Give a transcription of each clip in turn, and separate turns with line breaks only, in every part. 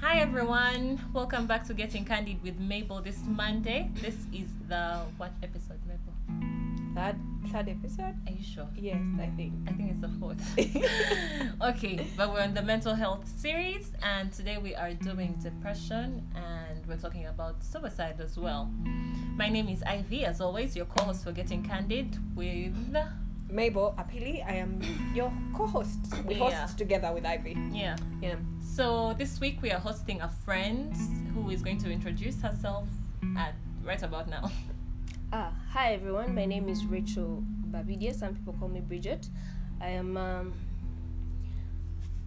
Hi everyone, welcome back to Getting Candid with Mabel this Monday. This is the what episode, Mabel?
Third, third episode?
Are you sure?
Yes, I think.
I think it's the fourth. okay, but we're on the mental health series, and today we are doing depression and we're talking about suicide as well. My name is Ivy, as always, your co host for Getting Candid with.
Mabel Apili, I am your co host. We host
Yeah.
together with Ivy.
Yeah.
Yeah.
So this week we are hosting a friend who is going to introduce herself at right about now.
Ah, hi everyone. My name is Rachel Babidia. Some people call me Bridget. I am. Um,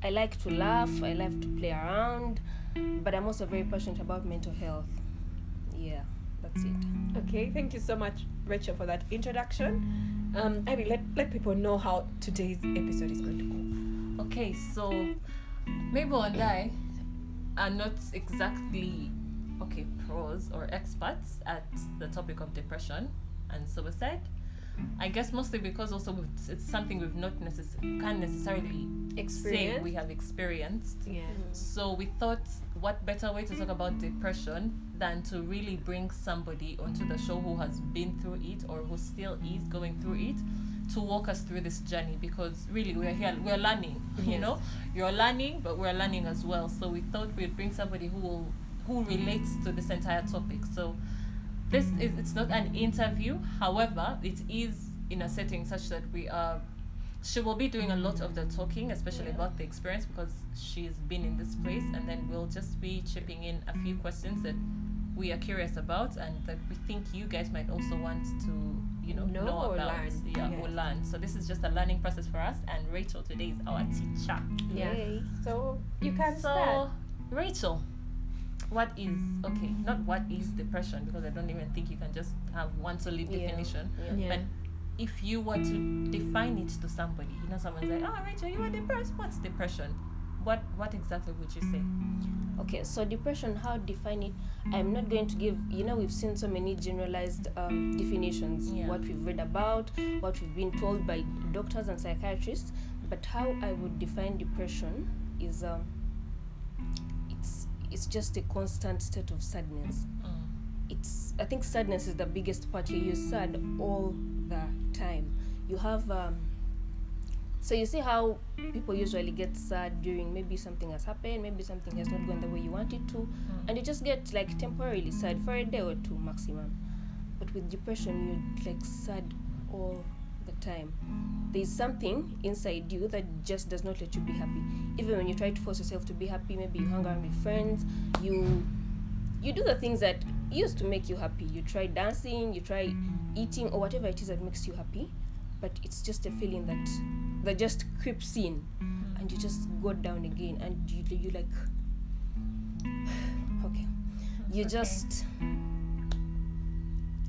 I like to laugh. I like to play around, but I'm also very passionate about mental health. Yeah, that's it.
Okay, thank you so much, Rachel, for that introduction. Um, Ivy, let, let people know how today's episode is going to go.
Okay, so Mabel and I are not exactly okay pros or experts at the topic of depression and suicide. I guess mostly because also we've- it's something we've not necess- can't necessarily say we have experienced.
Yeah.
So we thought, what better way to talk about depression than to really bring somebody onto the show who has been through it or who still is going through it to walk us through this journey because really we're here, we're learning, you
Yes.
know, you're learning, but we're learning as well. So we thought we'd bring somebody who will, who relates to this entire topic. So this is, it's not an interview. However, it is in a setting such that we are she will be doing a lot of the talking, especially
Yeah.
about the experience, because she's been in this place, and then we'll just be chipping in a few questions that we are curious about and that we think you guys might also want to, you know,
Know or
about.
learn,
Yeah, or
yes.
learn. So this is just a learning process for us, and Rachel today is our teacher.
Yeah.
Yay.
So you can
so,
start.
Rachel, what is okay? Not what is depression, because I don't even think you can just have one solid
Yeah.
definition
Yeah.
But if you were to define it to somebody, you know, someone's like, "Oh, Rachel, you are depressed. What's depression? What what exactly would you say?"
Okay, so depression, how define it? I'm not going to give, you know, we've seen so many generalized um, definitions,
Yeah.
what we've read about, what we've been told by doctors and psychiatrists, but how I would define depression is um, it's, it's just a constant state of sadness.
Mm.
It's I think sadness is the biggest part here. You're sad all the time. You have um, so you see how people usually get sad during maybe something has happened, maybe something has not gone the way you want it to, and you just get like temporarily sad for a day or two maximum. But with depression, you're like sad all the time. There's something inside you that just does not let you be happy. Even when you try to force yourself to be happy, maybe you hang out with friends, you you do the things that used to make you happy. You try dancing, you try eating or whatever it is that makes you happy, but it's just a feeling that that just creeps in and you just go down again and you you like okay. You
Okay.
just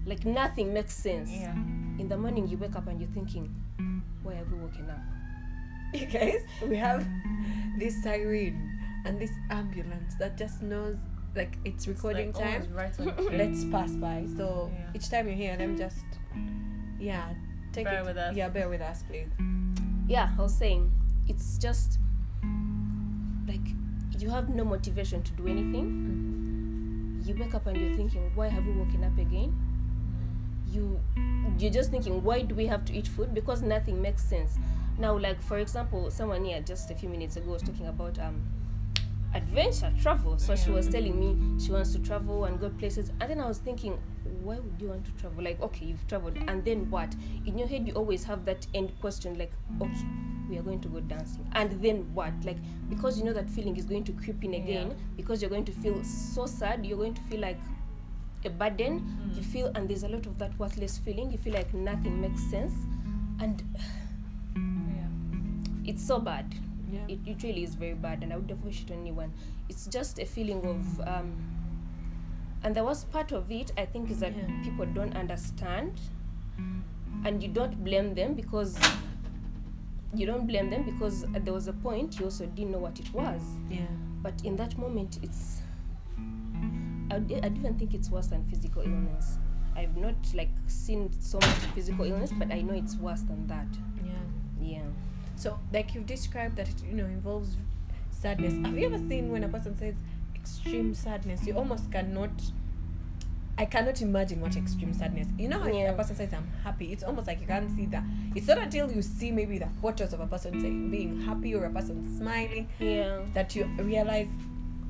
like nothing makes sense.
Yeah.
In the morning you wake up and you're thinking, why have we woken up?
You guys, we have this siren and this ambulance that just knows like it's recording
It's like oh,
time.
always Right on
let's pass by. So
Yeah.
each time you hear them, just yeah, take
Bear
it.
with us.
Yeah, bear with us, please.
yeah i was saying it's just like you have no motivation to do anything
Mm-hmm.
you wake up and you're thinking why have we woken up again you you're just thinking why do we have to eat food because nothing makes sense now like for example someone here just a few minutes ago was talking about um adventure travel so she
Yeah.
was telling me she wants to travel and go places and then i was thinking why would you want to travel like okay you've traveled and then what in your head you always have that end question like okay we are going to go dancing and then what like because you know that feeling is going to creep in again
Yeah.
because you're going to feel so sad you're going to feel like a burden
Mm.
you feel and there's a lot of that worthless feeling you feel like nothing makes sense and it's so bad
Yeah.
it, it really is very bad and i would never wish it on anyone it's just a feeling of um and the worst part of it i think is that
Yeah.
people don't understand and you don't blame them because you don't blame them because there was a point you also didn't know what it was
yeah.
but in that moment it's I, d- I don't even think it's worse than physical illness i've not like seen so much physical illness but i know it's worse than that
Yeah.
yeah
So like you've described that it you know involves sadness. Have you ever seen when a person says it's extreme sadness you almost cannot i cannot imagine what extreme sadness you know how if
Yeah.
a person says i'm happy it's almost like you can't see that it's not until you see maybe the photos of a person saying being happy or a person smiling
Yeah.
that you realize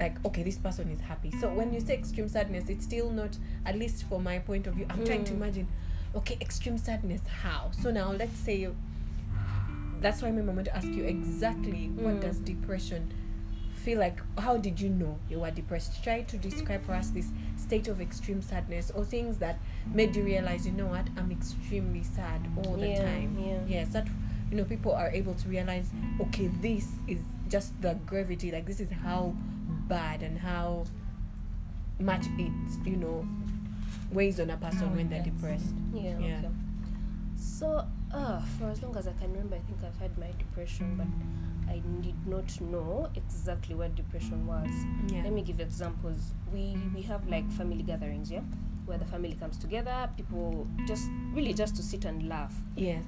like okay this person is happy so when you say extreme sadness it's still not at least for my point of view i'm trying to
Mm.
imagine okay extreme sadness how so now let's say that's why i'm going to ask you exactly what
Mm.
does depression feel like how did you know you were depressed try to describe for us this state of extreme sadness or things that made you realize you know what i'm extremely sad all the
Yeah,
time
yeah.
yes that you know people are able to realize okay this is just the gravity like this is how bad and how much it you know weighs on a person
Oh,
How it
when they're
gets.
depressed
Yeah.
Yeah.
Okay. So, uh, for as long as I can remember, I think I've had my depression, but I did not know exactly what depression was.
yeah
Let me give examples. We we have like family gatherings, yeah, where the family comes together, people just really just to sit and laugh.
yes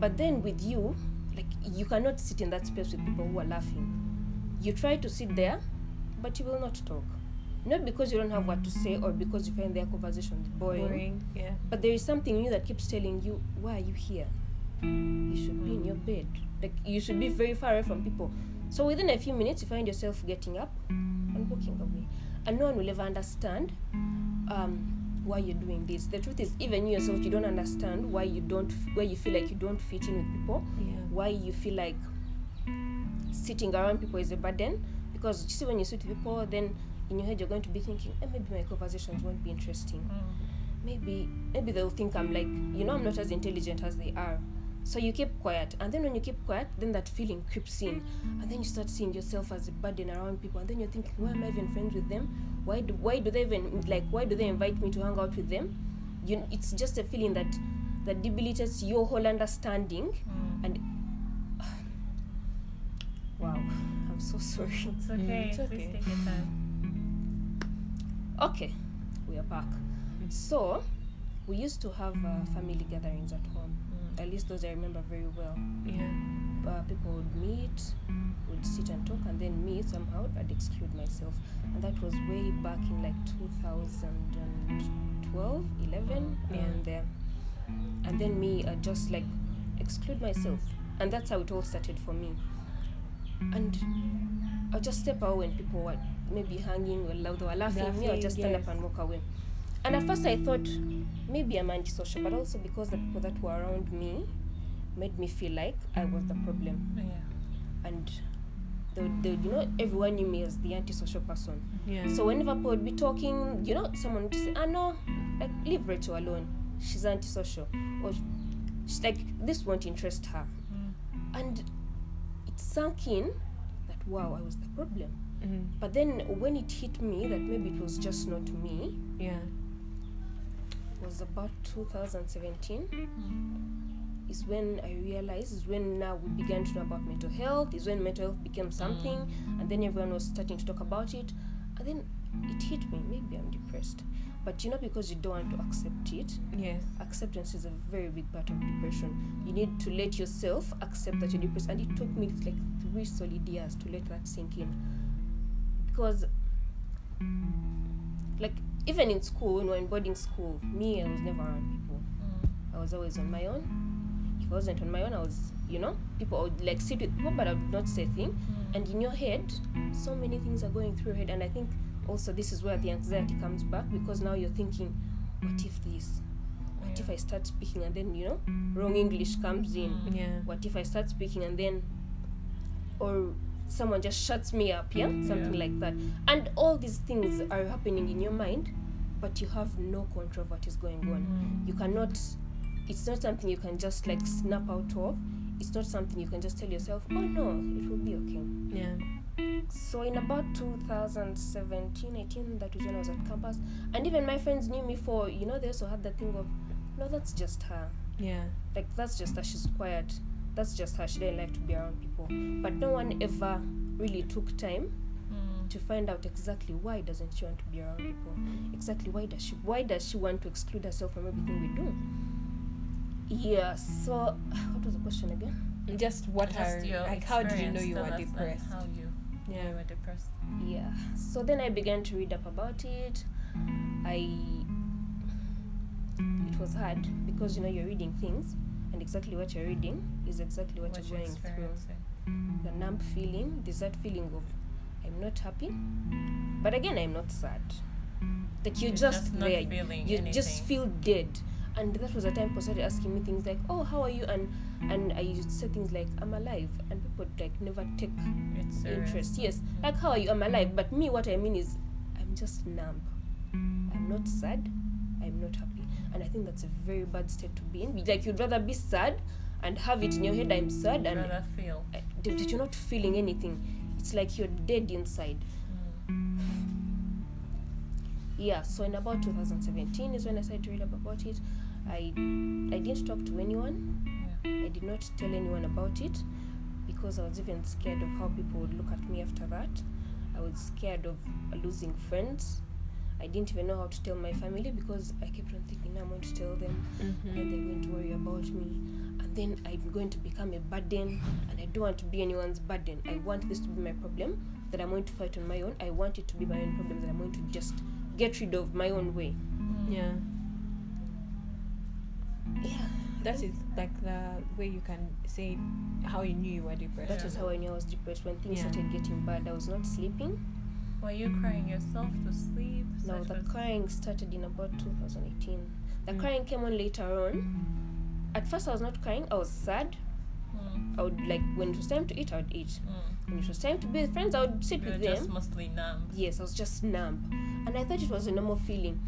But then with you, like you cannot sit in that space with people who are laughing. You try to sit there, but you will not talk. Not because you don't have what to say or because you find their conversations boring.
yeah
But there is something in you that keeps telling you, why are you here? You should be in your bed. Like you should be very far away from people. So within a few minutes, you find yourself getting up and walking away, and no one will ever understand um, why you're doing this. The truth is, even you yourself, you don't understand why you don't, why you feel like you don't fit in with people,
yeah
why you feel like sitting around people is a burden. Because you see, when you sit with people, then in your head you're going to be thinking, eh, maybe my conversations won't be interesting maybe maybe they'll think I'm like you know I'm not as intelligent as they are. So you keep quiet, and then when you keep quiet, then that feeling creeps in, and then you start seeing yourself as a burden around people, and then you're thinking, why am I even friends with them? Why do why do they even like why do they invite me to hang out with them? You it's just a feeling that that debilitates your whole understanding. And wow, I'm so sorry.
It's
Mm,
okay. Please
it's okay.
take your time.
Okay, we are back. So we used to have uh, family gatherings at home.
Mm.
at least those I remember very well.
yeah
Uh, people would meet, would sit and talk, and then me somehow I'd exclude myself. And that was way back in like 2012, 11,
Yeah.
and there. And then me, I just like exclude myself. And that's how it all started for me. And I'll just step out when people were maybe hanging or loud or laughing. me, I'll
Laughing,
just stand
yes.
up and walk away. And at first I thought maybe I'm antisocial, but also because the people that were around me made me feel like I was the problem.
Yeah.
And they, would- they, would- you know, everyone knew me as the antisocial person.
yeah
So whenever people would be talking, you know, someone would just say, ah, no, like, leave Rachel alone. She's antisocial. Or she's like, this won't interest her.
Mm.
And it sunk in that, wow, I was the problem.
mm,
But then when it hit me that maybe it was just not me,
yeah
was about 2017
Mm.
is when I realized is when now we began to know about mental health is when mental health became something and then everyone was starting to talk about it and then it hit me maybe I'm depressed but you know because you don't want to accept it
yes
acceptance is a very big part of depression you need to let yourself accept that you're depressed and it took me like three solid years to let that sink in because like even in school when we were in boarding school me I was never around people I was always on my own. If I wasn't on my own, I was, you know, people I would like sit with people, but I would not say a thing. And in your head, so many things are going through your head. And I think also this is where the anxiety comes back because now you're thinking, what if this? What if I start speaking and then, you know, wrong English comes in?
yeah
What if I start speaking and then, or someone just shuts me up, yeah? Something
Mm, Yeah.
like that. And all these things are happening in your mind, but you have no control of what is going on
Mm.
you cannot it's not something you can just like snap out of it's not something you can just tell yourself oh no it will be okay
yeah
so in about 2017 18 that was when i was at campus and even my friends knew me for you know they also had the thing of no that's just her
yeah
like that's just her she's quiet that's just her she didn't like to be around people but no one ever really took time
Mm.
to find out exactly why doesn't she want to be around people exactly why does she why does she want to exclude herself from everything we do yeah so what was the question again
just what
Just
are
your
like how did you know
experience,
you
tell
were
us and
depressed
How you Yeah, we're depressed.
yeah so then i began to read up about it i it was hard because you know you're reading things and exactly what you're reading is exactly what,
What
you're
you're
going through
experiencing.
the numb feeling there's that feeling of i'm not happy but again i'm not sad like you're,
You're
just,
just not
there
feeling
you just
anything.
feel dead and that was the time people started asking me things like oh how are you and and i used to say things like i'm alive and people would, like never take
It's serious.
interest. Yes, like how are you? I'm alive, but me, what I mean is, I'm just numb. I'm not sad. I'm not happy, and I think that's a very bad state to be in. Like you'd rather be sad and have it in your head. I'm sad,
You'd
and
rather feel.
uh, that that you're not feeling anything. It's like you're dead inside. Hmm. Yeah. So in about 2017 is when I started to read up about it. I I didn't talk to anyone.
Yeah.
I did not tell anyone about it because I was even scared of how people would look at me after that. I was scared of losing friends. I didn't even know how to tell my family because I kept on thinking I'm going to tell them and they're going to worry about me. And then I'm going to become a burden and I don't want to be anyone's burden. I want this to be my problem that I'm going to fight on my own. I want it to be my own problem that I'm going to just get rid of my own way.
Yeah.
Yeah.
That is like the way you can say how you knew you were depressed.
That was how I knew I was depressed when things
Yeah.
started getting bad. I was not sleeping.
Were you crying yourself to sleep?
No,
Such
the
was-
crying started in about 2018. The
Mm.
crying came on later on. At first, I was not crying. I was sad.
Mm,
I would like when it was time to eat, I would eat.
mm.
When it was time to be with friends, I would sit
You were
with
just
them.
mostly numb.
Yes, I was just numb, and I thought it was a normal feeling.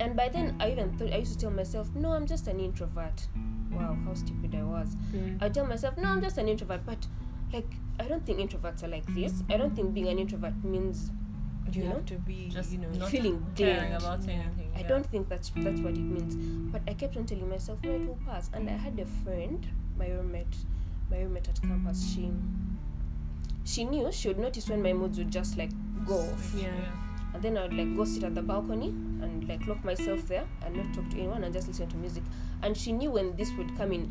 And by then, I even thought I used to tell myself, "No, I'm just an introvert." Wow, how stupid I was.
Mm.
I tell myself, no, I'm just an introvert, but like I don't think introverts are like this. I don't think being an introvert means
You
you know,
have to be,
Just
you know,
not
feeling
caring
dead.
about
Yeah.
anything.
I
yeah.
don't think that's that's what it means. But I kept on telling myself, no, it will pass. And I had a friend, my roommate, my roommate at campus. She she knew she would notice when my moods would just like go off,
Switch,
Yeah.
and then I would like go sit at the balcony and like lock myself there and not talk to anyone and just listen to music. And she knew when this would come in.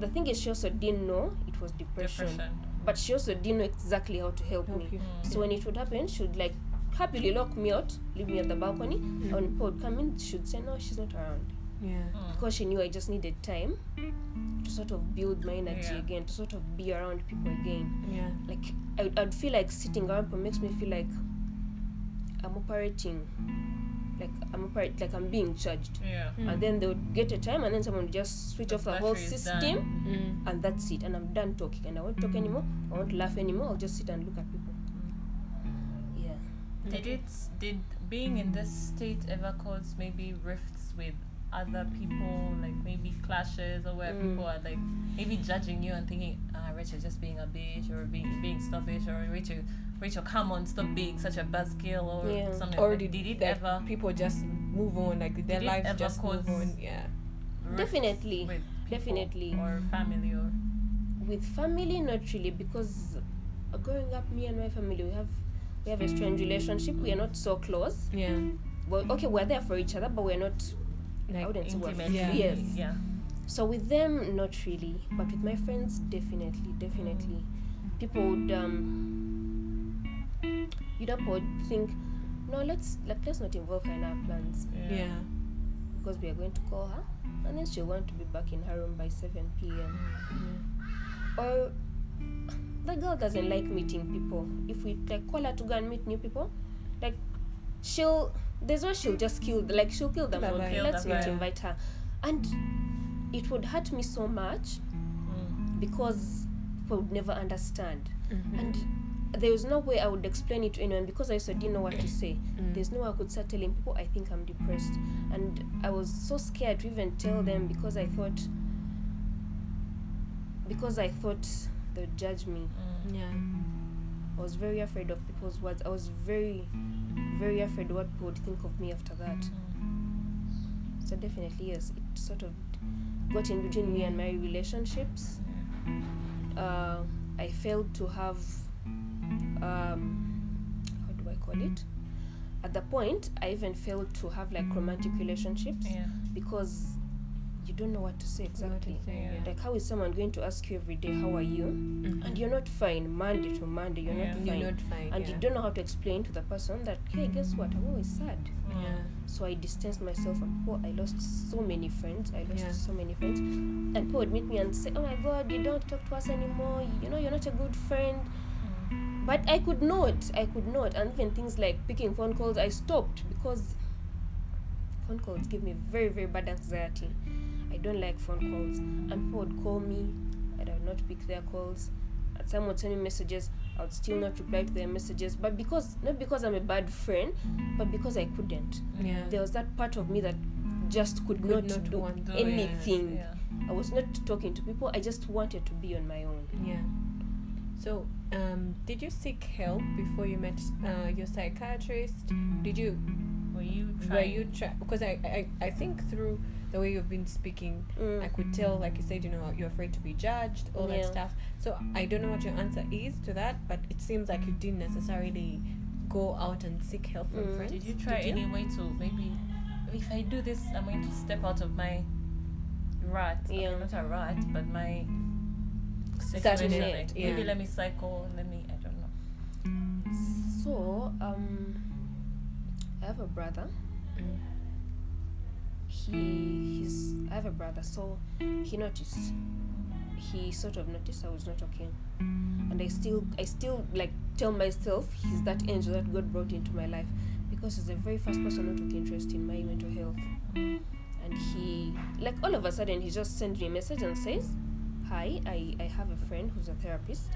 The thing is, she also didn't know it was depression,
Depression. Hmm.
but she also didn't know exactly how to help, me.
help you.
So when it would happen, she would like happily lock me out, leave me at the balcony,
Mm.
and people would come in, she'd say, No, she's not around.
Yeah.
Mm.
Because she knew I just needed time to sort of build my energy
Yeah.
again, to sort of be around people again.
Yeah.
Like, I, I'd feel like sitting around people makes me feel like I'm operating, like I'm operating, like I'm being judged.
Yeah.
Mm.
And then they would get a time, and then someone would just switch
The
off the whole
battery Hmm. is
system
done.
Mm.
and that's it and i'm done talking and i won't talk anymore i won't laugh anymore i'll just sit and look at people yeah Mm-hmm.
Did it? Did being in this
Mm.
state ever cause maybe rifts with other people, like maybe clashes, or where
Mm.
people are like maybe judging you and thinking, ah, Rachel just being a bitch or being being snobbish or Rachel, Rachel, come on, stop being such a buzzkill or
Yeah.
something.
Mm. Or
like-
did,
did it
that
ever
people just move on, like their
Did it
lives
ever
just move
cause-
on? Yeah.
rifts
Definitely.
with people
Definitely.
or family or
with family not really because uh, growing up me and my family we have we have a strange relationship we are not so close
Yeah.
well okay we're there for each other but we're not i
Like,
wouldn't say we're
intimately?
Yeah.
Yes.
Yeah.
so with them not really but with my friends definitely definitely people would um you'd up would think no let's like let's not involve her in our plans
yeah.
because we are going to call her and then she'll want to be back in her room by 7 p.m. Or the girl doesn't like meeting people. If we like call her to go and meet new people, like she'll there's one she'll just kill like she'll kill them
Kill
all.
the
vibe.
Let's
Kill the
not
vibe.
invite her. And it would hurt me so much
Mm.
because people would never understand.
Mhm.
And there was no way I would explain it to anyone because I also didn't know what to say.
Mm.
There's no way I could start telling people I think I'm depressed. And I was so scared to even tell them because I thought because I thought they'd judge me.
Mm.
Yeah.
I was very afraid of people's words. I was very very afraid what people would think of me after that. So definitely yes, it sort of got in between me and my relationships. Uh, I failed to have um, how do I call it?
Mm.
At the point I even failed to have like romantic relationships.
Yeah.
because you don't know what to say exactly.
Yeah.
Like, how is someone going to ask you every day, How are you?
Mm-hmm.
And you're not fine Monday to Monday, you're
Yeah.
not fine.
you're not fine.
and you
yeah.
don't know how to explain to the person that, Hey, guess what? I'm always sad.
Yeah.
So I distanced myself from Paul. I lost so many friends. I lost
Yeah.
so many friends. And Paul would meet me and say, Oh my God, you don't talk to us anymore. You know, you're not a good friend. But I could not. I could not. And even things like picking phone calls, I stopped because phone calls give me very, very bad anxiety. I don't like phone calls. And people would call me, and I would not pick their calls. And some would send me messages, I would still not reply to their messages. But because, not because I'm a bad friend, but because I couldn't
Mm.
Yeah.
there was that part of me that just could,
Mm. Could
not,
not
do
want
Do it.
anything.
Mm. Yeah.
I was not talking to people. I just wanted to be on my own.
Yeah. So, um, did you seek help before you met uh, your psychiatrist? Did you
Were you trying?
were you try? Because I, I I think through the way you've been speaking, I could tell, like you said, you know, you're afraid to be judged, all
Yeah.
that stuff. So I don't know what your answer is to that, but it seems like you didn't necessarily go out and seek help from
Mm.
friends.
Did you try
Did
any way to maybe, if I do this, I'm going to step out of my rut. Okay,
Yeah.
not a rut, but my
Certain
situation.
net,
Like,
yeah.
Maybe let me cycle. Let me. I don't know.
So, um, I have a brother.
Mm.
He, he's. I have a brother, so he noticed. He sort of noticed I was not okay, and I still, I still like tell myself he's that angel that God brought into my life, because he's the very first person who took interest in my mental health, and he, like all of a sudden, he just sent me a message and says, "Hi, I, I have a friend who's a therapist,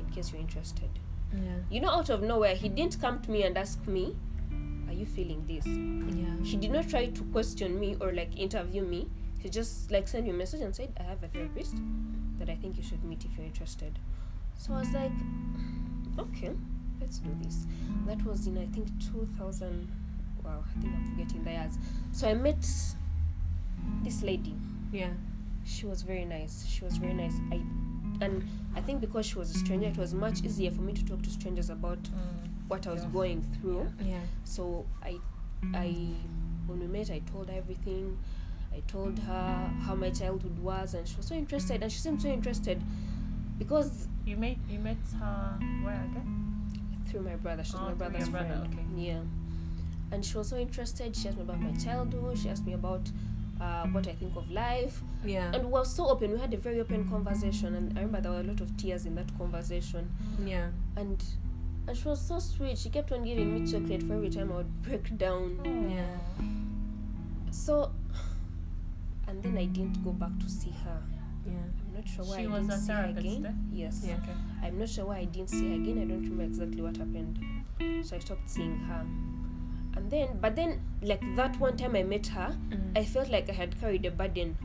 in case you're interested."
Yeah.
You know, out of nowhere, he didn't come to me and ask me, Are you feeling this?
Yeah.
He did not try to question me or like interview me. He just like sent me a message and said, I have a therapist that I think you should meet if you're interested. So I was like, Okay, let's do this. That was in, I think, 2000. Wow, I think I'm forgetting the years. So I met this lady
Yeah.
she was very nice she was very nice i and i think because she was a stranger it was much easier for me to talk to strangers about what i was
Yeah.
going through
Yeah.
so i i when we met i told her everything i told her how my childhood was and she was so interested and she seemed so interested because
You met. You met her where again?
through my brother she's
Oh,
my
through your
brother's
brother,
friend
okay.
yeah and she was so interested she asked me about my childhood she asked me about uh, what i think of life
Yeah.
and we were so open we had a very open conversation and i remember there were a lot of tears in that conversation
Yeah.
and and she was so sweet she kept on giving me chocolate for every time i would break down
Yeah.
so and then i didn't go back to see her
Yeah.
i'm not sure why
She
i
was
didn't
a
see her
therapist,
again
eh?
yes
Yeah.
Okay.
i'm not sure why i didn't see her again i don't remember exactly what happened so i stopped seeing her and then but then like that one time i met her
Mm.
i felt like i had carried a burden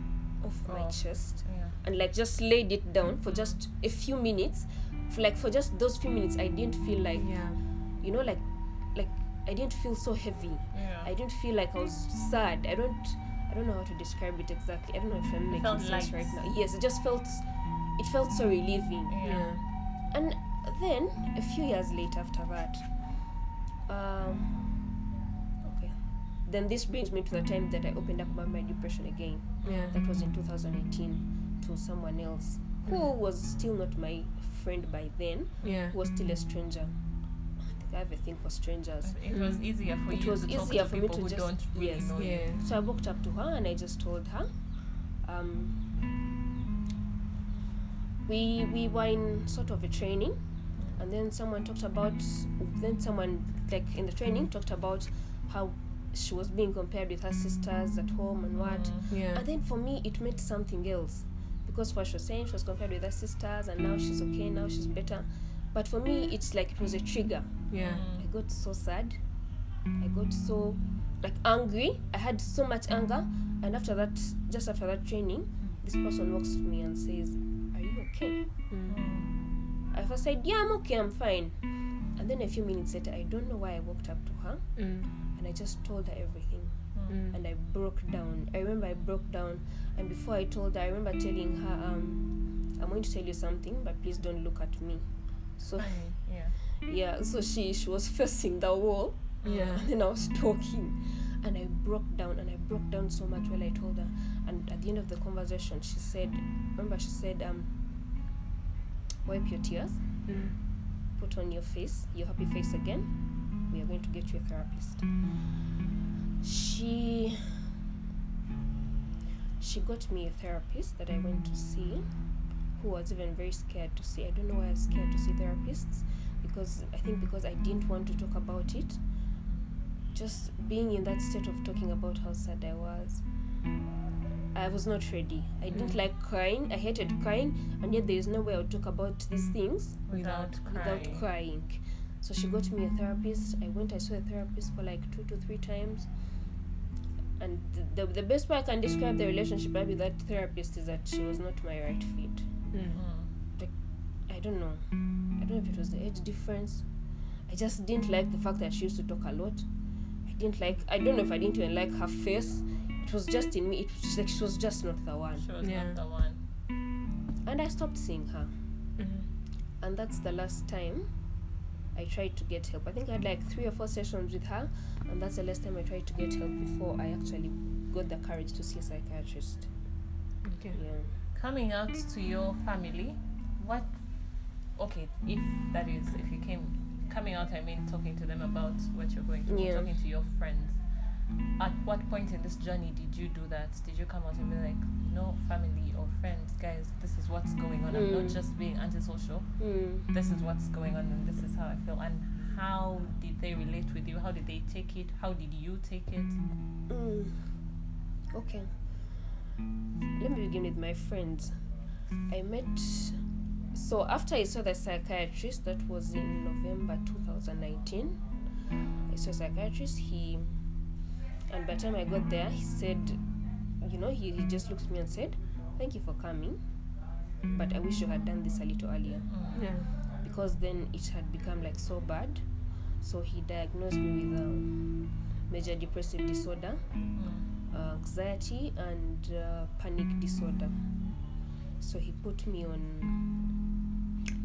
off my
Oh.
chest
Yeah.
and like just laid it down for just a few minutes for like for just those few minutes i didn't feel like
yeah.
you know like like i didn't feel so heavy
Yeah.
i didn't feel like i was sad i don't i don't know how to describe it exactly i don't know if i'm making
felt
sense
light.
right now yes it just felt it felt so relieving
yeah.
Yeah.
and then a few years later after that um okay then this brings me to the time that i opened up about my depression again
Yeah.
that was in 2018 to someone else who was still not my friend by then
Yeah.
who was still a stranger I think I have a thing for strangers
It was easier for
It
you
was
to talk
easier
to
for me
people
to
who
just-
don't really
yes.
know you.
Yeah.
so I walked up to her and I just told her um, we we were in sort of a training and then someone talked about then someone like in the training talked about how she was being compared with her sisters at home and what
Mm.
Yeah.
and then for me, it meant something else. Because what she was saying, she was compared with her sisters, and now she's okay, now she's better. But for me, it's like it was a trigger.
Yeah.
Mm.
I got so sad. I got so, like, angry. I had so much anger. And after that, just after that training, this person walks to me and says, Are you okay?
Mm.
I first said, Yeah, I'm okay, I'm fine. And then a few minutes later, I don't know why I walked up to her
Mm.
and I just told her everything
Mm.
and I broke down. I remember I broke down, and before I told her, I remember telling her, um, "I'm going to tell you something, but please don't look at me." So
Mm. Yeah.
yeah, so she she was facing the wall,
Yeah.
and then I was talking and I broke down and I broke down so much while I told her and at the end of the conversation she said remember she said um wipe your tears Mm. put on your face your happy face again we are going to get you a therapist she she got me a therapist that I went to see who was even very scared to see I don't know why I was scared to see therapists because I think because I didn't want to talk about it just being in that state of talking about how sad I was. I was not ready. I didn't like crying. I hated crying, and yet there is no way I would talk about these things
Mm. Without crying. Mm.
without crying. So she got me a therapist. I went. I saw a therapist for like two to three times. And the, the, the best way I can describe the relationship I had with that therapist is that she was not my right fit.
Mm.
I don't know. I don't know if it was the age difference. I just didn't like the fact that she used to talk a lot. I didn't like. I don't know if I didn't even like her face. It was just in me. It was just like she was just not the one.
She was
Yeah.
not the one.
And I stopped seeing her.
mm,
And that's the last time I tried to get help. I think I had like three or four sessions with her, and that's the last time I tried to get help before I actually got the courage to see a psychiatrist.
Okay.
Yeah.
Coming out to your family, what? Okay, if that is, if you came coming out, I mean talking to them about what you're going through,
Yeah.
talking to your friends. At what point in this journey did you do that? Did you come out and be like, no, family or friends, guys, this is what's going on. I'm not
Mm.
just being antisocial.
Mm.
This is what's going on, and this is how I feel. And how did they relate with you? How did they take it? How did you take it?
Mm. Okay. Let me begin with my friends. I met. So after I saw the psychiatrist, that was in November 2019. I saw a psychiatrist. He, and by the time I got there, he said, you know, he, he just looked at me and said, "Thank you for coming, but I wish you had done this a little earlier."
Mm.
Yeah.
because then it had become like so bad. So he diagnosed me with um, major depressive disorder,
Mm.
uh, anxiety, and uh, panic disorder. So he put me on.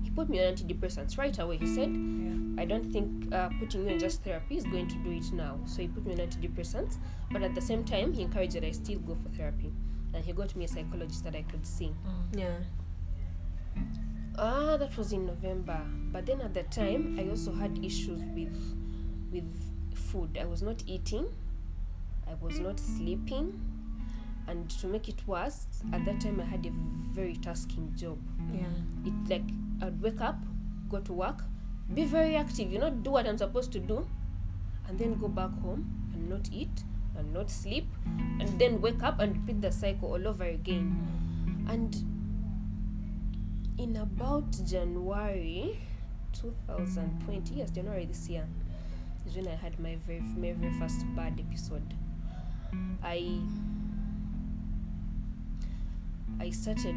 He put me on antidepressants right away. He said,
Yeah.
"I don't think uh, putting you on just therapy is going to do it now." So he put me on antidepressants, but at the same time, he encouraged that I still go for therapy, and he got me a psychologist that I could see.
Mm.
Yeah.
Ah, that was in November. But then at that time, I also had issues with with food. I was not eating. I was not sleeping. And to make it worse, at that time I had a very tasking job.
Yeah.
It like I'd wake up, go to work, be very active, you know, do what I'm supposed to do, and then go back home and not eat and not sleep, and then wake up and repeat the cycle all over again. And in about January 2020, yes, January this year, is when I had my very, my very first bad episode. I I started.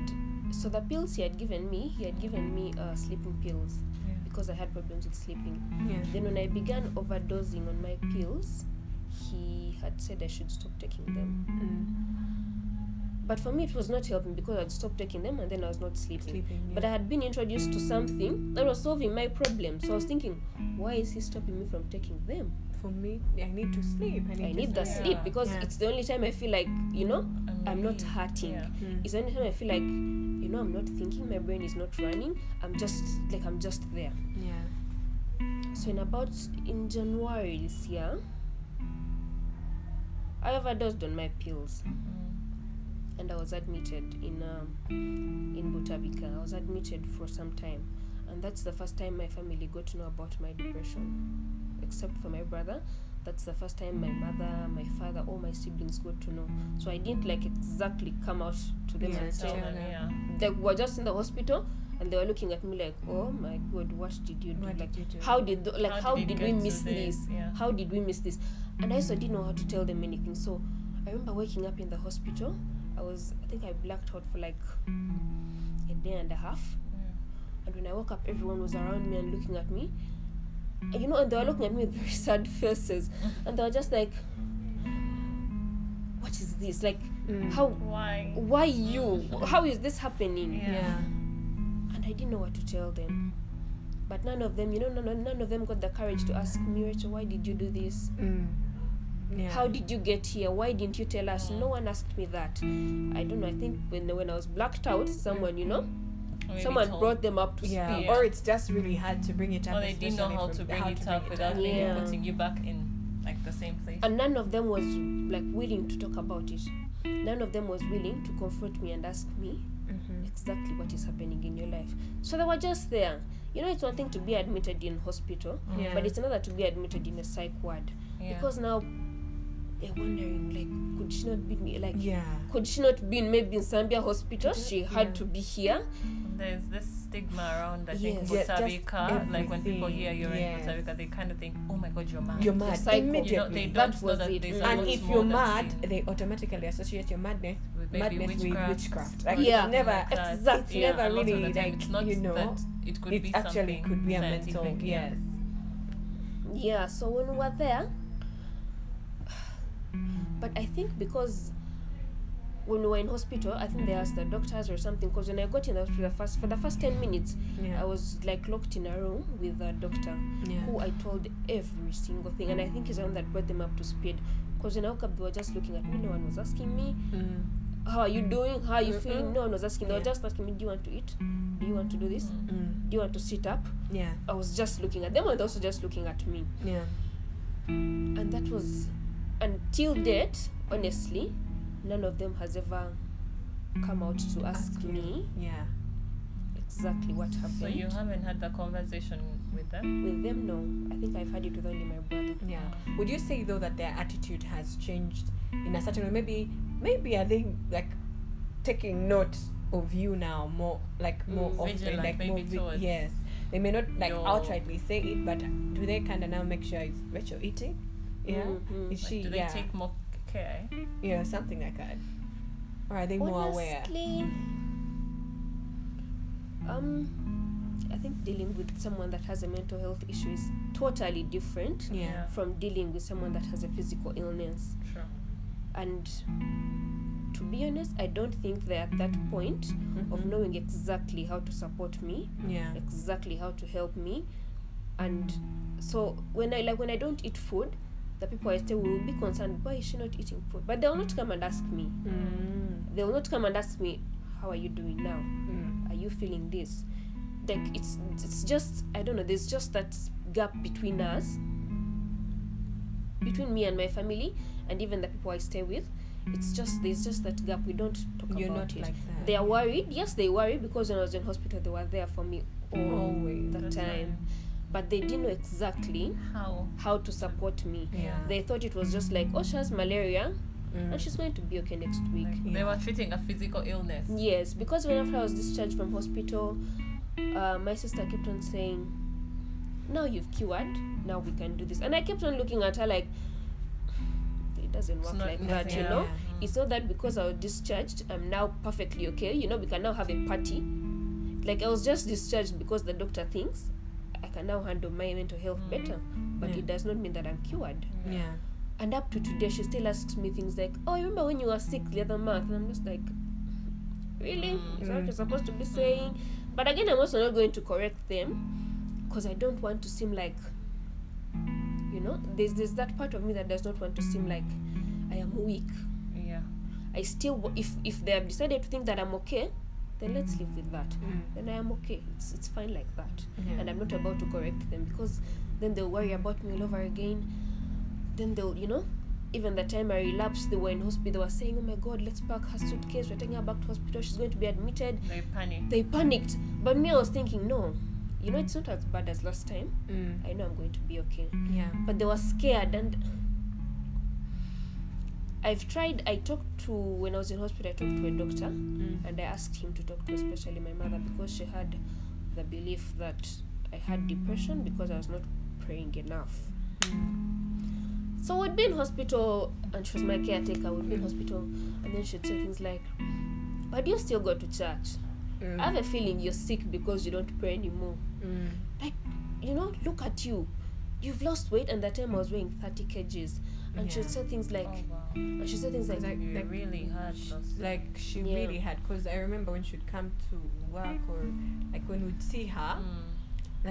So the pills he had given me, he had given me uh, sleeping pills
Yeah.
because I had problems with sleeping.
Yeah.
Then when I began overdosing on my pills, he had said I should stop taking them.
Mm.
But for me, it was not helping because I'd stopped taking them and then I was not sleeping.
Sleeping.
But I had been introduced to something that was solving my problem. So I was thinking, why is he stopping me from taking them?
for me, I need to sleep. I need,
I need
to
the
sleep.
sleep
Yeah.
because
Yeah.
it's the only time I feel like, you know, I'm not
relieved.
hurting.
Yeah.
Mm.
it's the only time I feel like, you know, I'm not thinking, my brain is not running. I'm just, like, I'm just there.
Yeah.
So in about, in January this year, I overdosed on my pills.
Mm.
and I was admitted in um, in Butabika. I was admitted for some time, and that's the first time my family got to know about my depression, except for my brother. That's the first time my mother, my father, all my siblings got to know. So I didn't like exactly come out to them
Yeah,
and
Tell
say
them, yeah.
they were just in the hospital and they were looking at me like, "Oh my God, what did you do?
What
Like,
did you do?
how did
uh,
th- like how,
it
did, we
get to
miss this?
Yeah.
How did we miss this? And I also didn't know how to tell them anything. So I remember waking up in the hospital. I was, I think I blacked out for like a day and a half. And when I woke up, everyone was around me and looking at me. And, you know, and they were looking at me with very sad faces. And they were just like, what is this? Like,
Mm.
how,
Why?
why you? How is this happening?
Yeah.
Yeah.
And I didn't know what to tell them. But none of them, you know, none, none of them got the courage to ask me, Rachel, why did you do this?
Mm. Yeah.
How did you get here? Why didn't you tell us? No one asked me that. I don't know. I think when when I was blacked out, someone, you know,
Maybe
someone
told-
brought them up to
yeah.
Yeah.
Or it's just really hard to bring it up.
or they didn't know
especially
how
from-
to bring
how
it up without
Yeah.
maybe putting you back in like the same place.
and none of them was like willing to talk about it none of them was willing to confront me and ask me
Mhm.
exactly what is happening in your life so they were just there you know it's one thing to be admitted in hospital
Yeah.
but it's another to be admitted in a psych ward
Yeah.
because now they're wondering like could she not be me like
Yeah.
could she not be in maybe in Zambia hospital she had
Yeah.
to be here
There's this stigma around, I think,
Yes.
Yeah,
Costa
just
Rica. Like when people
everything.
hear you're in Costa
Yes.
Rica, they kind of think, oh my god, you're mad.
You're mad.
psycho. You know,
you know, they
Immediately.
That
don't know
was
that
it.
there's a lot
And
and if
more
you're
that's
mad,
in-
they automatically associate your madness,
with maybe
madness
witchcraft.
with witchcraft. Like
Yeah.
it's never,
Like that.
it's
Yeah, a
never
lot of
really
the time
like
it's not
you know.
that it could be
It actually
something
could be a mental.
scientific, yeah.
Yes.
yeah so when we were there but i think because when we were in hospital i think they asked the doctors or something because when i got in the hospital first for the first 10 minutes
Yeah.
i was like locked in a room with a doctor
Yeah.
who i told every single thing and i think he's the one that brought them up to speed because when i woke up they were just looking at me no one was asking me
Mm.
how are you doing how are you
Mhm.
feeling no one was asking they were
Yeah.
just asking me do you want to eat do you want to do this do
Mm.
you want to sit up
Yeah.
i was just looking at them and also just looking at me
Yeah.
and that was until date honestly none of them has ever come out to ask,
Ask you.
me
Yeah.
exactly what happened
So you haven't had the conversation with them?
with them no i think i've had it with only my brother
Yeah. Would you say though that their attitude has changed in a certain way? Maybe, maybe are they like taking note of you now more, like more
Mm,
often,
vigilant,
like more?
maybe towards
yes. They may not like
your-
outrightly say it, but do they kind of now make sure it's Rachel eating? Yeah. Mm-hmm.
Mhm.
Is
Like,
she?
do they
yeah.
take more care?
yeah. Something like that. Or are they more aware?
honestly um i think dealing with someone that has a mental health issue is totally different
Yeah.
from dealing with someone that has a physical illness
Sure.
and to be honest i don't think they're at that point of
Mhm.
knowing exactly how to support me
Yeah.
exactly how to help me and so when i like when i don't eat food the people i stay with will be concerned why is she not eating food but they will not come and ask me
Mm.
they will not come and ask me how are you doing now
Mm.
are you feeling this like it's it's just i don't know there's just that gap between us between me and my family and even the people i stay with it's just there's just that gap we don't talk
You're
about
not
it
like that.
they are worried yes they worry because when i was in hospital they were there for me all
Oh.
always.
the time but they didn't know exactly
How?
how to support me
Yeah.
they thought it was just like oh she has malaria and
Mm.
she's going to be okay next week
Like, They
Yeah.
were treating a physical illness.
Yes, because when after I was discharged from hospital, uh, my sister kept on saying, "Now you've cured. Now we can do this." And I kept on looking at her like, "It doesn't
It's
work
not
like that,
nothing,
you
yeah.
know.
Mm.
It's not that because I was discharged, I'm now perfectly okay. You know, we can now have a party. Like I was just discharged because the doctor thinks I can now handle my mental health
Mm.
better, but
Yeah.
it does not mean that I'm cured."
Yeah.
And up to today, she still asks me things like, "Oh, you remember when you were sick the other month?" And I'm just like, "Really? Is that what you're supposed to be saying?" But again, I'm also not going to correct them because I don't want to seem like, you know, there's there's that part of me that does not want to seem like I am weak.
Yeah.
I still, wa- if if they have decided to think that I'm okay, then let's live with that.
Mm.
Then I am okay. It's it's fine like that
Yeah.
and I'm not about to correct them because then they'll worry about me all over again. Then they'll, you know, even the time I relapsed, they were in hospital. They were saying, "Oh my God, let's pack her suitcase. We're taking her back to hospital. She's going to be admitted."
They panic.
They panicked, but me, I was thinking, no, you know, it's not as bad as last time.
Mm.
I know I'm going to be okay.
Yeah.
But they were scared, and I've tried. I talked to when I was in hospital. I talked to a doctor,
Mm.
and I asked him to talk to especially my mother because she had the belief that I had depression because I was not praying enough. So we'd be in hospital, and she was my caretaker. We'd be in hospital, and then she'd say things like, "Why do you still go to church? I have a feeling you're sick because you don't pray anymore.
Mm.
Like, you know, look at you. You've lost weight, and that time I was weighing 30 kgs." And she'd
Yeah.
say things like,
oh wow.
and she said things like,
Like,
you
like,
really had lost.
like she
Yeah.
really had because i remember when she'd come to work or like when we'd see her
Mm.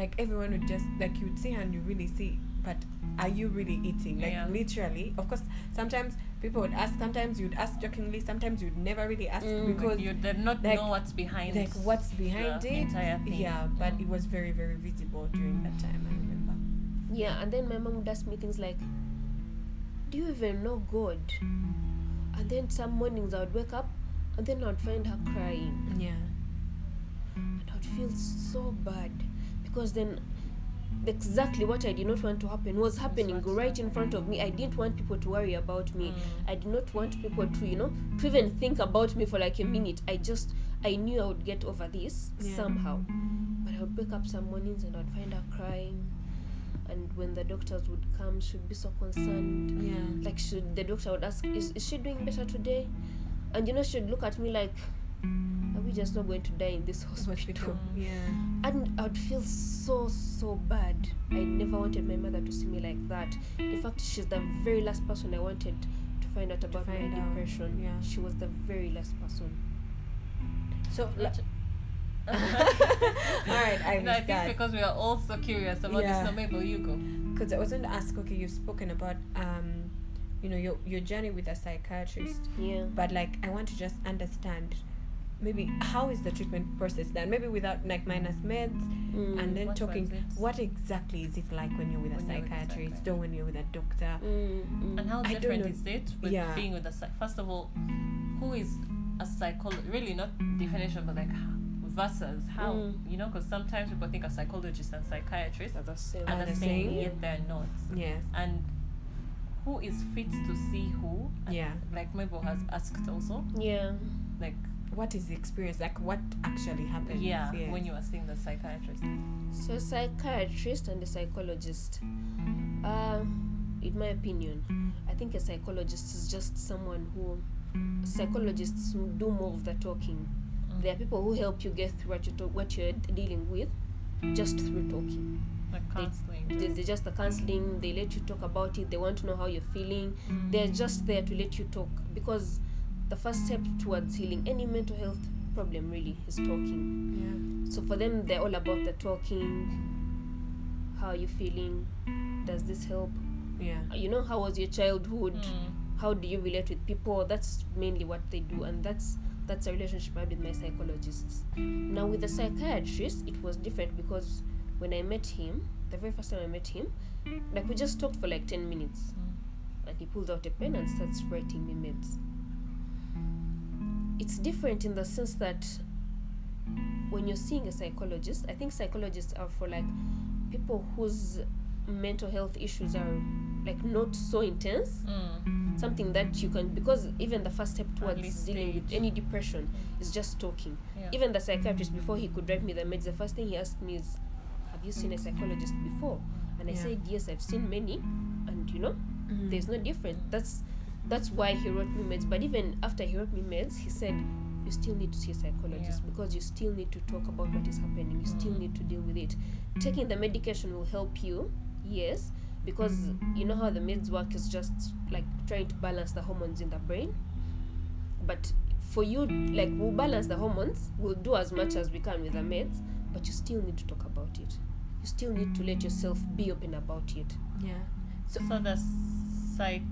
like everyone would just like you'd see and you really see but are you really eating like
Yeah.
literally of course sometimes people would ask sometimes you'd ask jokingly sometimes you'd never really ask
Mm.
because
you did not
like-
know what's behind
like what's behind
the
it
entire thing.
yeah but it was very very visible during that time i remember
Yeah, and then my mom would ask me things like, Do you even know God? And then some mornings I would wake up and then I would find her crying.
yeah
And I would feel so bad because then exactly what I did not want to happen was happening
what's
right in front of me. I didn't want people to worry about me.
Mm.
I did not want people to, you know, to even think about me for like a minute. I just, I knew I would get over this
Yeah.
somehow. But I would wake up some mornings and I'd find her crying. And when the doctors would come, she'd be so concerned.
yeah
Like, should the doctor would ask, is, is she doing better today? And you know, she'd look at me like, are we just not going to die in this hospital?
yeah
And I'd feel so, so bad. I never wanted my mother to see me like that. In fact, she's the very last person I wanted to find out about
find
my
out,
depression.
yeah.
She was the very last person.
so
All
like, all right i
No, I
missed
think
that
because we are all so curious about
Yeah.
this. So Mabel, you go.
because i was going to ask okay you've spoken about um you know your, your journey with a psychiatrist
Yeah.
but like i want to just understand maybe how is the treatment process done maybe without like minus meds
Mm.
and then
What
talking
was it?
what exactly is it like when you're with a
When you're with a
psychiatrist
psychiatrist.
or when you're with a doctor
Mm, mm.
And how
I don't
different
know.
is it with
Yeah.
being with a psych? First of all, who is a psychologist? Really, not definition, but like h- versus how
Mm.
you know? Because sometimes people think a psychologist and psychiatrist
That's the same.
are the
the
same,
same.
yet they're not.
yes
And who is fit to see who? And
yeah
Like Mabel has asked also,
Yeah.
like
what is the experience like what actually happens
yeah,
Yes.
when you are seeing the psychiatrist.
So psychiatrist and a psychologist. Uh, in my opinion, I think a psychologist is just someone who psychologists do more of the talking. They are people who help you get through what you talk, what you're dealing with, just through talking.
Like counseling.
They, they're just the counseling. They let you talk about it. They want to know how you're feeling.
Mm.
They're just there to let you talk because the first step towards healing any mental health problem really is talking.
yeah
So for them, they're all about the talking. How are you feeling? Does this help?
yeah
You know, how was your childhood?
Mm.
How do you relate with people? That's mainly what they do, and that's that's a relationship I had with my psychologists. Now with the psychiatrist, it was different because when I met him, the very first time I met him, like we just talked for like ten minutes, and he pulls out a pen and starts writing me meds. It's different in the sense that when you're seeing a psychologist, I think psychologists are for like people whose mental health issues are like not so intense,
Mm.
something that you can because even the first step
Early
towards dealing with
stage.
any depression is just talking.
Yeah.
Even the psychiatrist before he could write me the meds, the first thing he asked me is, "Have you seen a psychologist before?" And I
Yeah.
said, "Yes, I've seen many," and you know
Mhm.
there's no difference that's that's why he wrote me meds but even after he wrote me meds he said you still need to see a psychologist
Yeah.
because you still need to talk about what is happening you still
Mhm.
need to deal with it taking the medication will help you yes because you know how the meds work is just like trying to balance the hormones in the brain but for you like we'll balance the hormones we'll do as much as we can with the meds but you still need to talk about it you still need to let yourself be open about it
yeah
So, the psych,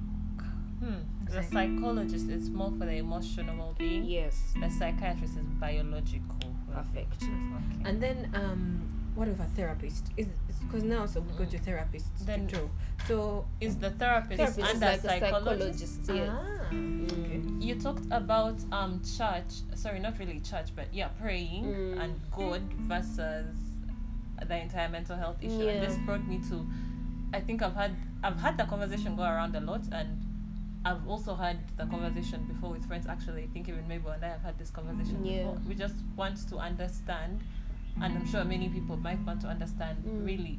hmm, the
Psych.
psychologist is more for the emotional well-being.
yes
The psychiatrist is biological.
perfect
Okay.
and then um what of a therapist is because now so we go to therapists
Then-
to talk. so
is the therapist,
Therapist is
under
like a
psychologist?
psychologist, uh-huh. yes.
ah, okay
Mm.
You talked about um church. Sorry, not really church, but yeah, praying
Mm.
and God versus the entire mental health issue. And
Yeah.
this brought me to. I think I've had I've had the conversation go around a lot, and I've also had the conversation before with friends. Actually, I think even Mabel and I have had this conversation
Yeah.
before. We just want to understand, and I'm sure many people might want to understand
Mm.
really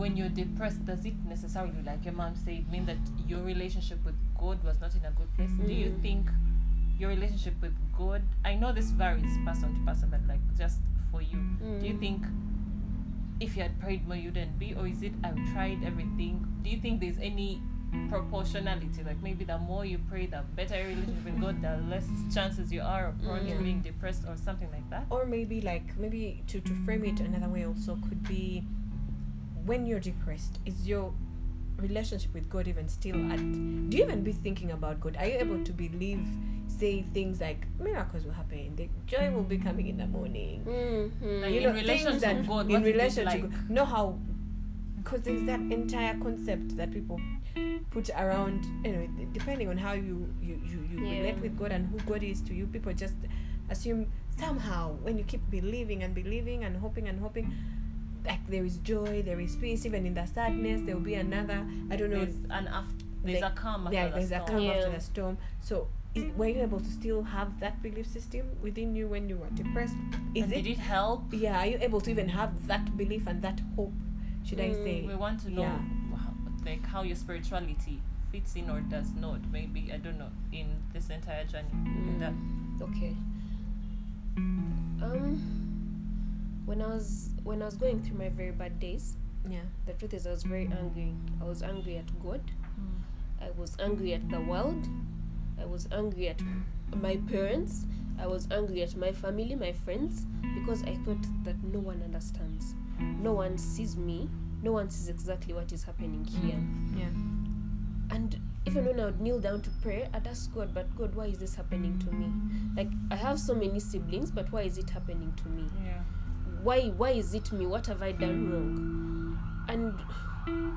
when you're depressed, does it necessarily, like your mom said, mean that your relationship with God was not in a good place? Do you
Mm.
think your relationship with God, I know this varies person to person, but like just for you, do you
Mm.
think if you had prayed more, you wouldn't be? Or is it I've tried everything? Do you think there's any proportionality. Like maybe the more you pray, the better your relationship with God, the less chances you are of probably
Mm.
being depressed or something like that.
or maybe like maybe to, to frame it another way also could be when you're depressed is your relationship with god even still at do you even be thinking about god are you able to believe say things like miracles will happen the joy will be coming in the morning
Like,
Mm-hmm.
you
in
know
relation
things
to
that
God,
in
what it is
relation
like.
to god know how because there's that entire concept that people put around you know d- depending on how you you you, you
Yeah.
relate with god and who god is to you people just assume somehow when you keep believing and believing and hoping and hoping like there is joy there is peace even in the sadness there will be another i don't know
There's an after, there's
Like,
a calm after
yeah
the
there's a
storm.
calm after
Yeah.
the storm so is, were you able to still have that belief system within you when you were depressed is
And
it
did it help?
yeah are you able to even have that belief and that hope should i
Mm,
say
We want to know
Yeah.
how, like how your spirituality fits in or does not. Maybe I don't know in this entire journey.
Mm.
In that
Okay. Um, when I was when I was going through my very bad days,
yeah
the truth is I was very angry. I was angry at God. I was angry at the world. I was angry at my parents. I was angry at my family, my friends, because I thought that no one understands. No one sees me. No one sees exactly what is happening here.
yeah
And even when I would kneel down to pray, I'd ask God, but God, why is this happening to me? Like I have so many siblings, but why is it happening to me?
yeah.
why why is it me what have i done wrong and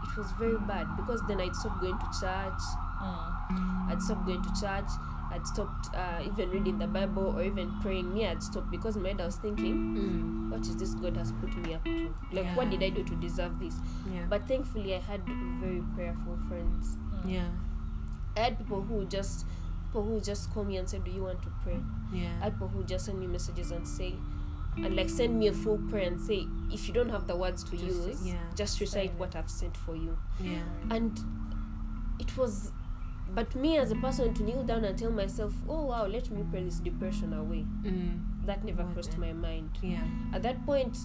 it was very bad because then i'd stopped going to church
Mm.
i'd stopped going to church i'd stopped uh, even reading the bible or even praying me i'd stopped because in my head i was thinking what is this god has put me up to like
Yeah.
what did i do to deserve this
yeah
but thankfully i had very prayerful friends
Mm.
yeah
i had people who just people who just call me and said do you want to pray
yeah
I had people who just send me messages and say and like send me a full prayer and say if you don't have the words to
Just-
use
yeah,
just
say
recite
it.
what i've sent for you
yeah
and it was but me as a person to kneel down and tell myself oh wow let me pray this depression away
mm.
that never
What
crossed
then?
my mind
yeah
at that point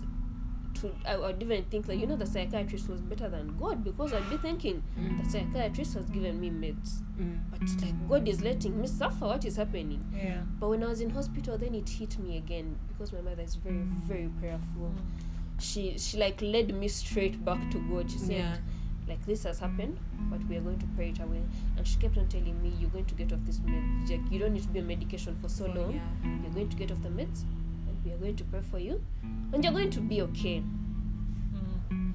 to i would even think like you know the psychiatrist was better than god because i'd be thinking the psychiatrist has given me meds
Mm.
Mm. but like god is letting me suffer what is happening
Yeah.
but when I was in hospital, then it hit me again because my mother is very,
Mm.
very prayerful. She she like led me straight back to God. She said,
Mm. yeah
like this has happened, but we are going to pray it away. And she kept on telling me, you're going to get off this med. Like, you don't need to be on medication for so long.
yeah
You're going to get off the meds, and we are going to pray for you, and you're going to be okay.
Mm.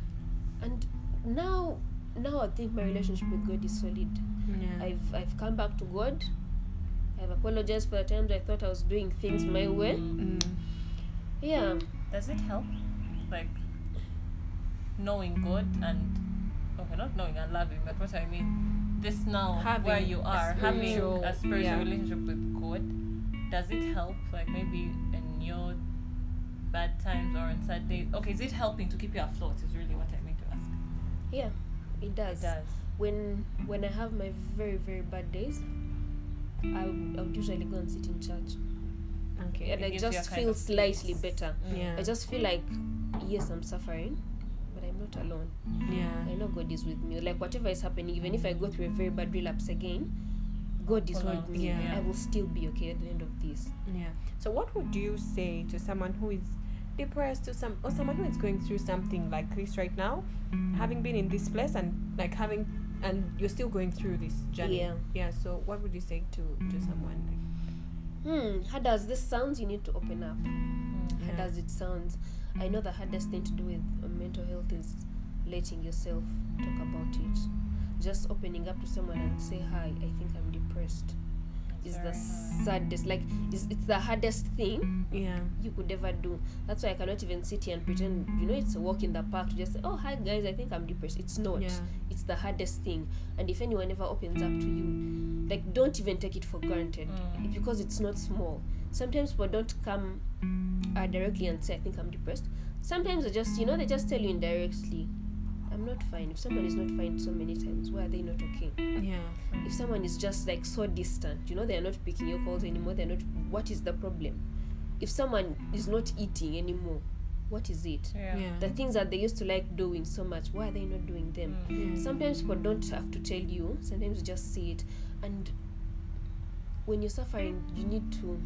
And now, now I think my relationship with God is solid.
yeah
I've I've come back to God. I've apologized for the times I thought I was doing things my way.
Mm.
mm.
Yeah.
Does it help? Like knowing God and okay, not knowing and loving, but what I mean, this now
Having
where you
a
are, having a
spiritual-
spiritual
yeah.
relationship with God, does it help? Like maybe in your bad times or in sad days. Okay, is it helping to keep you afloat? Is really what I mean to ask.
Yeah, it does.
It does.
When when I have my very very bad days, I would, I would usually go and sit in church,
okay
and I
gives you a
just
kind
feel
of
slightly
peace. Mm.
better.
yeah
I just feel like yes, I'm suffering, but I'm not alone.
yeah
I know God is with me. Like whatever is happening, even if I go through a very bad relapse again, God is
Hold
with
on.
me.
Yeah.
I will still be okay at the end of this.
yeah so what would you say to someone who is depressed to some or someone who is going through something like this right now having been in this place and like having and you're still going through this journey
Yeah.
yeah so what would you say to to someone like
Hmm. How does this sound? You need to open up.
Mm.
hard as it sounds i know the hardest thing to do with uh, mental health is letting yourself talk about it just opening up to someone and say hi i think i'm depressed is the
Very hard.
saddest like it's, it's the hardest thing
yeah
you could ever do that's why i cannot even sit here and pretend you know it's a walk in the park to just say oh hi guys i think i'm depressed it's not
yeah
it's the hardest thing and if anyone ever opens up to you like don't even take it for granted
Mm.
because it's not small sometimes people don't come uh, directly and say i think i'm depressed sometimes they just you know they just tell you indirectly i'm not fine if someone is not fine so many times why are they not okay
yeah
if someone is just like so distant you know they're not picking your calls anymore they're not what is the problem if someone is not eating anymore what is it?
Yeah.
yeah.
The things that they used to like doing so much, why are they not doing them?
Mm.
Yeah.
Sometimes people don't have to tell you, sometimes you just see it. And when you're suffering, you need to,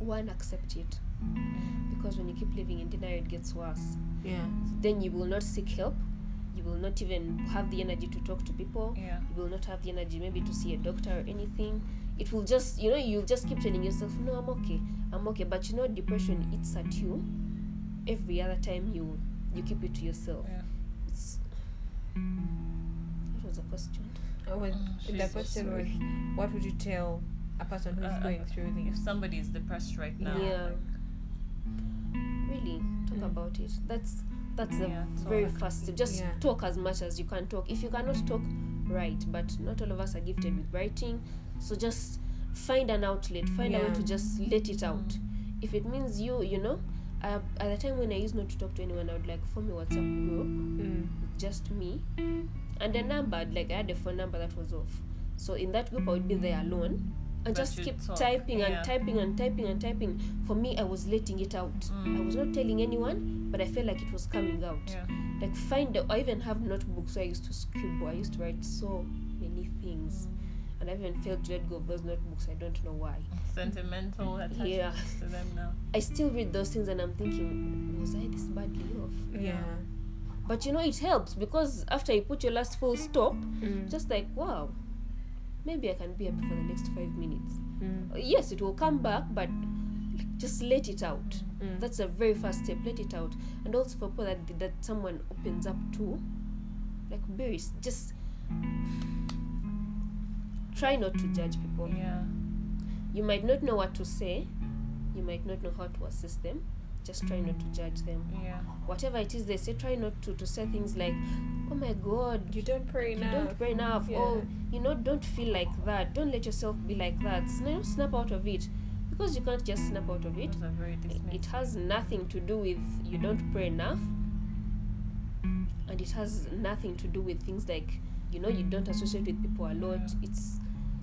one, accept it. Because when you keep living in denial, it gets worse.
yeah.
Then you will not seek help. You will not even have the energy to talk to people.
Mm. Yeah.
You will not have the energy maybe to see a doctor or anything. It will just, you know, you'll just keep telling yourself, no, I'm okay, I'm okay. But you know, depression eats at you every other time you you keep it to yourself.
Yeah.
It's, what was the question?
I was,
Mm,
the
she's so
question
sorry.
was, what would you tell a person who's
Uh, uh,
going through
If
this?
somebody is depressed right now,
Yeah.
like,
Really, talk
Mm.
about it. That's that's the
Yeah,
very
talk.
first step. Just
Yeah.
talk as much as you can talk. If you cannot talk, write. But not all of us are gifted with writing, so just find an outlet. Find a way
Yeah.
to just let it out. If it means you, you know. Uh, at the time when I used not to talk to anyone, I would like form a WhatsApp group
Mm.
just me and the number like i had a phone number that was off so in that group i would be there alone and
But
just
you
keep
talk,
typing
yeah.
and typing and typing and typing for me i was letting it out
Mm.
i was not telling anyone but i felt like it was coming out
yeah.
like find the, i even have notebooks where i used to scribble i used to write so many things and i even failed to let go of those notebooks i don't know why
sentimental attachment
Yeah.
to them now.
i still read those things and i'm thinking was i this badly off
Yeah.
but you know it helps because after you put your last full stop
Mm.
just like wow maybe i can be happy for the next five minutes
Mm.
yes it will come back but just let it out
Mm.
that's the very first step let it out and also for people that that someone opens up to like berries just try not to judge people
Yeah.
you might not know what to say you might not know how to assist them just try not to judge them
Yeah.
whatever it is they say try not to to say things like oh my god
You don't pray
you
now.
don't pray enough Oh,
Yeah.
or you know don't feel like that don't let yourself be like that snap, snap out of it because you can't just snap out of it
Those are very dismissive.
it has nothing to do with you don't pray enough and it has nothing to do with things like you know you don't associate with people a lot it's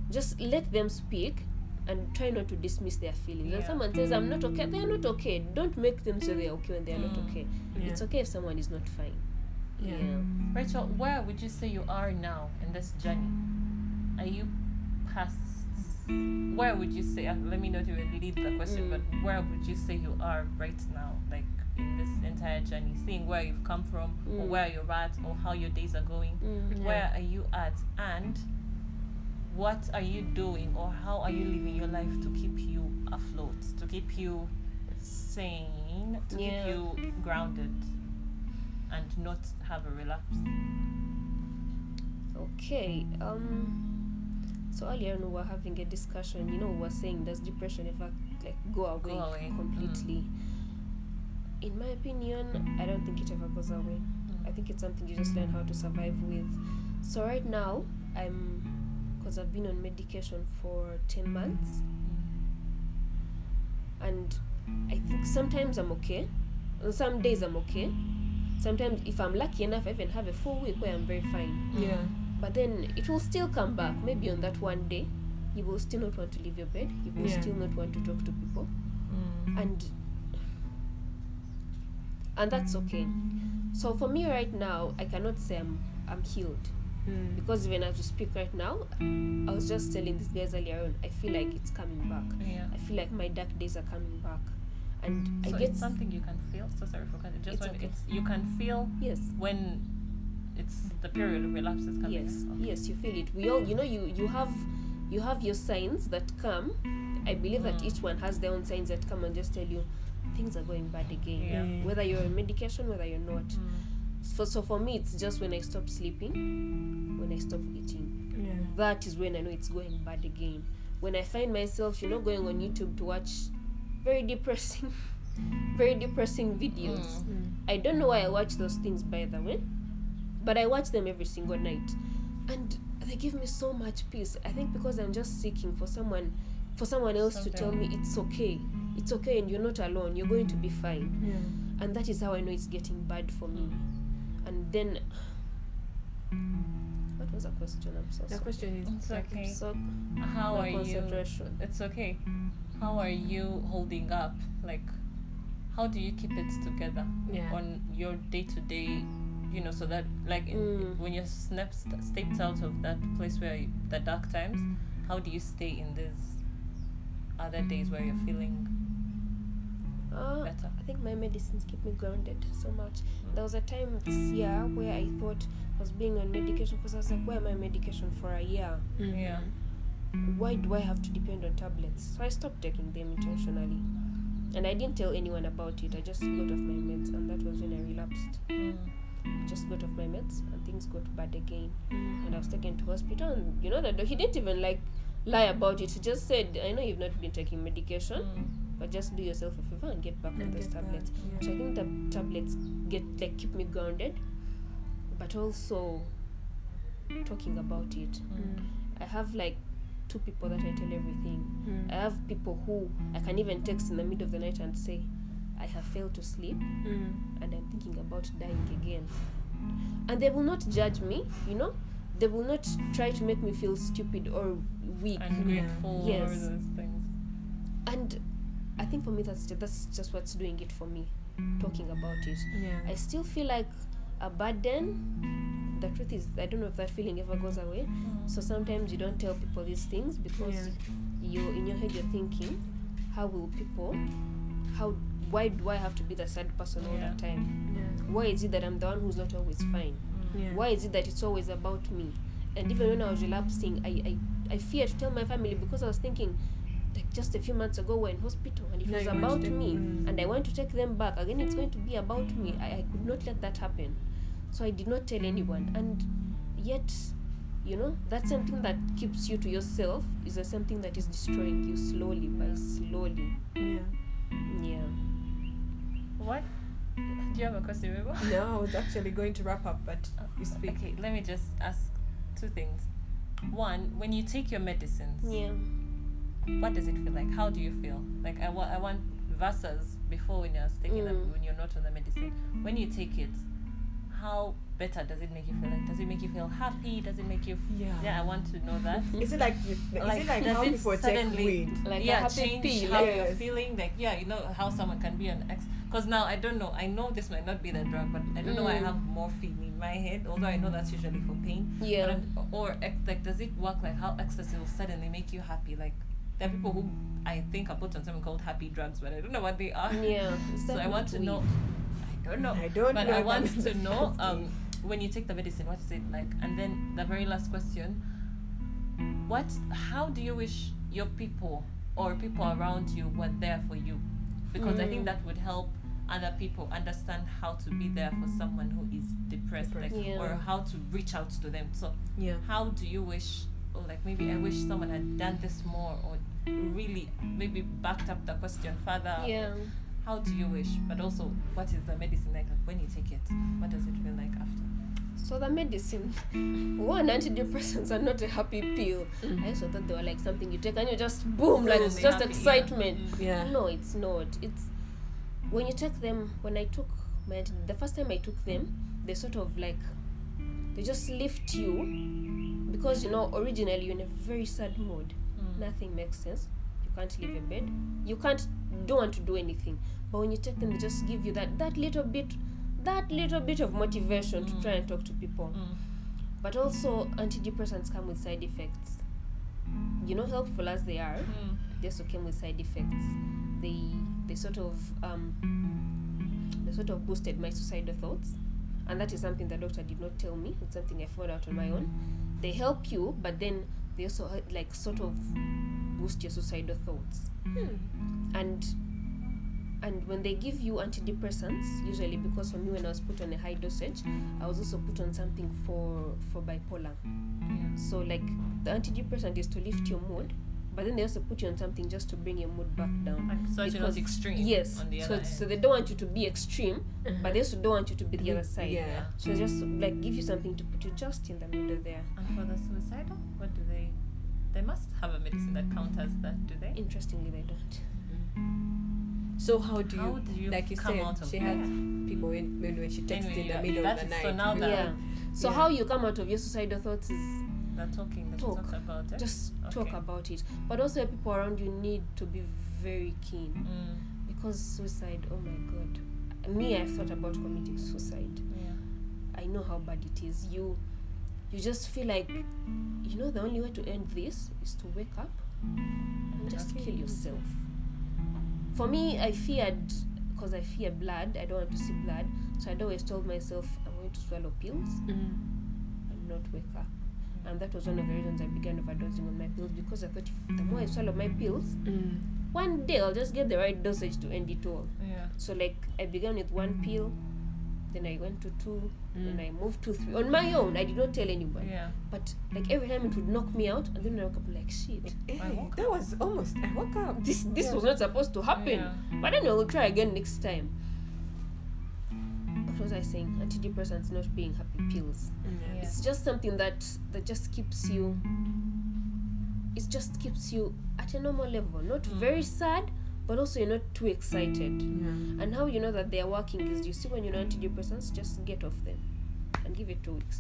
just let them speak and try not to dismiss their feelings when
Yeah.
someone says i'm not okay they're not okay don't make them say they're okay when they're not
Mm.
okay
Yeah.
it's okay if someone is not fine
Yeah.
Rachel, where would you say you are now in this journey? Are you past? Where would you say? uh, Let me not even lead the question,
Mm.
but where would you say you are right now, like in this entire journey, seeing where you've come from, or
Mm.
where you're at, or how your days are going?
Mm.
Yeah.
Where are you at, and what are you doing, or how are you living your life to keep you afloat, to keep you sane, to
Yeah.
keep you grounded, and not have a relapse?
Okay. Um. So earlier on, we were having a discussion. You know, we were saying does depression ever like go away,
away, mm.
completely? In my opinion, I don't think it ever goes away. I
Mm.
think it's something you just learn how to survive with. So right now, I'm because I've been on medication for ten months, and I think sometimes I'm okay, and some days I'm okay. Sometimes, if I'm lucky enough, I even have a full week where I'm very fine.
Yeah.
But then it will still come back.
Mm.
Maybe on that one day, you will still not want to leave your bed. You will
Yeah.
still not want to talk to people, and and that's okay. So for me right now, I cannot say I'm I'm healed
Hmm.
Mm.
because even as we speak right now, I was just telling these guys earlier on. I feel like it's coming back.
Yeah.
I feel like my dark days are coming back, and
Mm. So
I get
it's something you can feel. So sorry for cutting. Just
It's
when
okay.
it's you can feel
yes.
when it's the period of relapse is coming.
yes
up.
yes you feel it we all you know you you have you have your signs that come i believe that
Mm.
each one has their own signs that come and just tell you things are going bad again
Yeah. Mm.
Mm.
whether you're on medication whether you're not so, so for me it's just when i stop sleeping when i stop eating
Yeah.
that is when i know it's going bad again when i find myself you know going on youtube to watch very depressing very depressing videos
Mm.
Mm.
I don't know why I watch those things by the way, but I watch them every single night. And they give me so much peace. I think because I'm just seeking for someone for someone else to tell me
Something.
it's okay. It's okay and you're not alone. You're going to be fine.
Yeah.
And that is how I know it's getting bad for me. And then what was the question? I'm so
The
sorry.
question is
It's
like,
okay.
So
Mm. How
my
are you?
concentration.
It's okay. How are you holding up? Like how do you keep it together
Yeah.
on your day to day, you know, so that like in,
Mm.
when you're snapped stepped out of that place where you, the dark times, how do you stay in these other days where you're feeling
Uh,
better?
I think my medicines keep me grounded so much. There was a time this year where I thought I was being on medication because I was like, why am I on medication for a year?
Hmm.
Yeah.
Why do I have to depend on tablets? So I stopped taking them intentionally. And I didn't tell anyone about it. I just got off my meds, and that was when I relapsed.
Mm.
I just got off my meds, and things got bad again.
Hmm.
And I was taken to hospital, and you know that he didn't even like lie about it. He just said, "I know you've not been taking medication, but just do yourself a favor and get back on
And
those
get back,
tablets."
yeah.
So I think the tablets get like keep me grounded, but also talking about it.
Mm. Hmm.
I have like two people that I tell everything. I have people who I can even text in the middle of the night and say, I have failed to sleep
Hmm.
and I'm thinking about dying again. And they will not judge me, you know? They will not try to make me feel stupid or weak.
Ungrateful
Yeah.
or
Yes.
those things.
And I think for me, that's, that's just what's doing it for me, talking about it.
Yeah.
I still feel like a burden. The truth is, I don't know if that feeling ever goes away.
Mm.
So sometimes you don't tell people these things because
Yeah.
you in your head you're thinking, how will people, how why do I have to be the sad person all
Yeah.
the time? Why is it that I'm the one who's not always fine?
Yeah.
Why is it that it's always about me? And even when I was relapsing, I I, I feared to tell my family because I was thinking. Like just a few months ago, we were in hospital, and it
Now
was
you want to
about
take-
me,
Mm.
and I want to take them back again. It's going to be about me. I, I could not let that happen, so I did not tell anyone. And yet, you know, that same thing that keeps you to yourself is the same thing that is destroying you slowly by slowly.
Yeah.
Yeah.
What? Do you have a question, Rebo?
No, I was actually going to wrap up, but you speak.
Okay, let me just ask two things. One, when you take your medicines,
Yeah.
what does it feel like? How do you feel? Like I want, I want versus before when you're taking them,
Mm.
when you're not on the medicine. When you take it, how better does it make you feel? Like does it make you feel happy? Does it make you? F-
Yeah.
Yeah, I want to know that.
Is it like you,
Like,
is it like
does
how
it
people take
suddenly-
weed?
Like
yeah,
a happy
change
pill.
how
yeah.
you're
Yes.
feeling. Like yeah, you know how someone can be an ex. Because now I don't know. I know this might not be the drug, but I don't know. why I
Mm.
have morphine in my head, although I know that's usually for pain.
Yeah.
But I'm- or ex- like, does it work like how ecstasy will suddenly make you happy? Like, there are people who I think are put on something called happy drugs, but I don't know what they are.
Yeah. Is
So
that
I want
not
to
weed?
know. I don't know.
I don't
but
know
I
if
want
I'm
to know um,
disgusting.
when you take the medicine, what is it like? And then the very last question: What? How do you wish your people or people around you were there for you? Because I think that would help other people understand how to be there for someone who is depressed,
Depressed.
Like,
Yeah.
or how to reach out to them. So
Yeah.
how do you wish or like maybe i wish someone had done this more or really maybe backed up the question further or
Yeah.
how do you wish but also what is the medicine like, like when you take it what does it feel like after
So the medicine, one antidepressants are not a happy pill. I also thought they were like something you take and you just boom, like it's
Suddenly
just
happy, yeah.
excitement.
Mm.
Yeah.
No, it's not. It's when you take them. When I took my anti- the first time I took them, they sort of like they just lift you because you know originally you're in a very sad mood.
Mm.
Nothing makes sense. You can't leave your bed. You can't don't want to do anything. But when you take them, they just give you that that little bit, that little bit of motivation to try and talk to people.
Mm.
But also antidepressants come with side effects. You know, helpful as they are,
Mm.
they also came with side effects. They they sort of um, they sort of boosted my suicidal thoughts, and that is something the doctor did not tell me. It's something I found out on my own. They help you, but then they also uh, like sort of boost your suicidal thoughts.
Hmm.
Uh-huh.
And and when they give you antidepressants, usually because for me when I was put on a high dosage, I was also put on something for for bipolar.
mm.
So like the antidepressant is to lift your mood, but then they also put you on something just to bring your mood back down.
Like, so it's not
Because-
extreme
Yes.
on the
so
other
it's- so
end.
they don't want you to be extreme, but they also don't want you to be the other side.
Yeah.
yeah
So just like give you something to put you just in the middle there.
and for the suicidal what do they they must have a medicine that counters that do they
Interestingly, they don't.
So how do you,
How do you
like you
come
said,
out of
she
it?
had people when, when, when she texted
Anyway,
in the
yeah,
middle
that
of the
is-
night.
so now that-
Yeah. So
Yeah.
how you come out of your suicidal thoughts is
the talking that you
Talk.
talked about eh?
just
Okay.
talk about it. But also, people around you need to be very keen
Mm.
Because suicide, oh my god. Me, I've thought about committing suicide.
Yeah.
I know how bad it is. You you just feel like you know the only way to end this is to wake up and just
Okay.
kill yourself. For me, I feared because I fear blood. I don't want to see blood, so I'd always told myself I'm going to swallow pills and not wake up.
Mm.
And that was one of the reasons I began overdosing on my pills because I thought if the more I swallow my pills,
Mm.
one day I'll just get the right dosage to end it all.
Yeah.
So like I began with one pill, then I went to two, and
Mm.
I moved to three on my own. I did not tell anyone.
Yeah.
But like every time it would knock me out, and then I woke up like shit.
I woke
that was almost. I woke up.
This this
Yeah.
was not supposed to happen.
Yeah.
But then we'll try again next time. What was I saying? Antidepressants not being happy pills.
Yeah.
It's just something that that just keeps you. It just keeps you at a normal level, not
Mm.
very sad, but also you're not too excited.
Mm.
And how you know that they are working is you see when you're on antidepressants, just get off them and give it two weeks.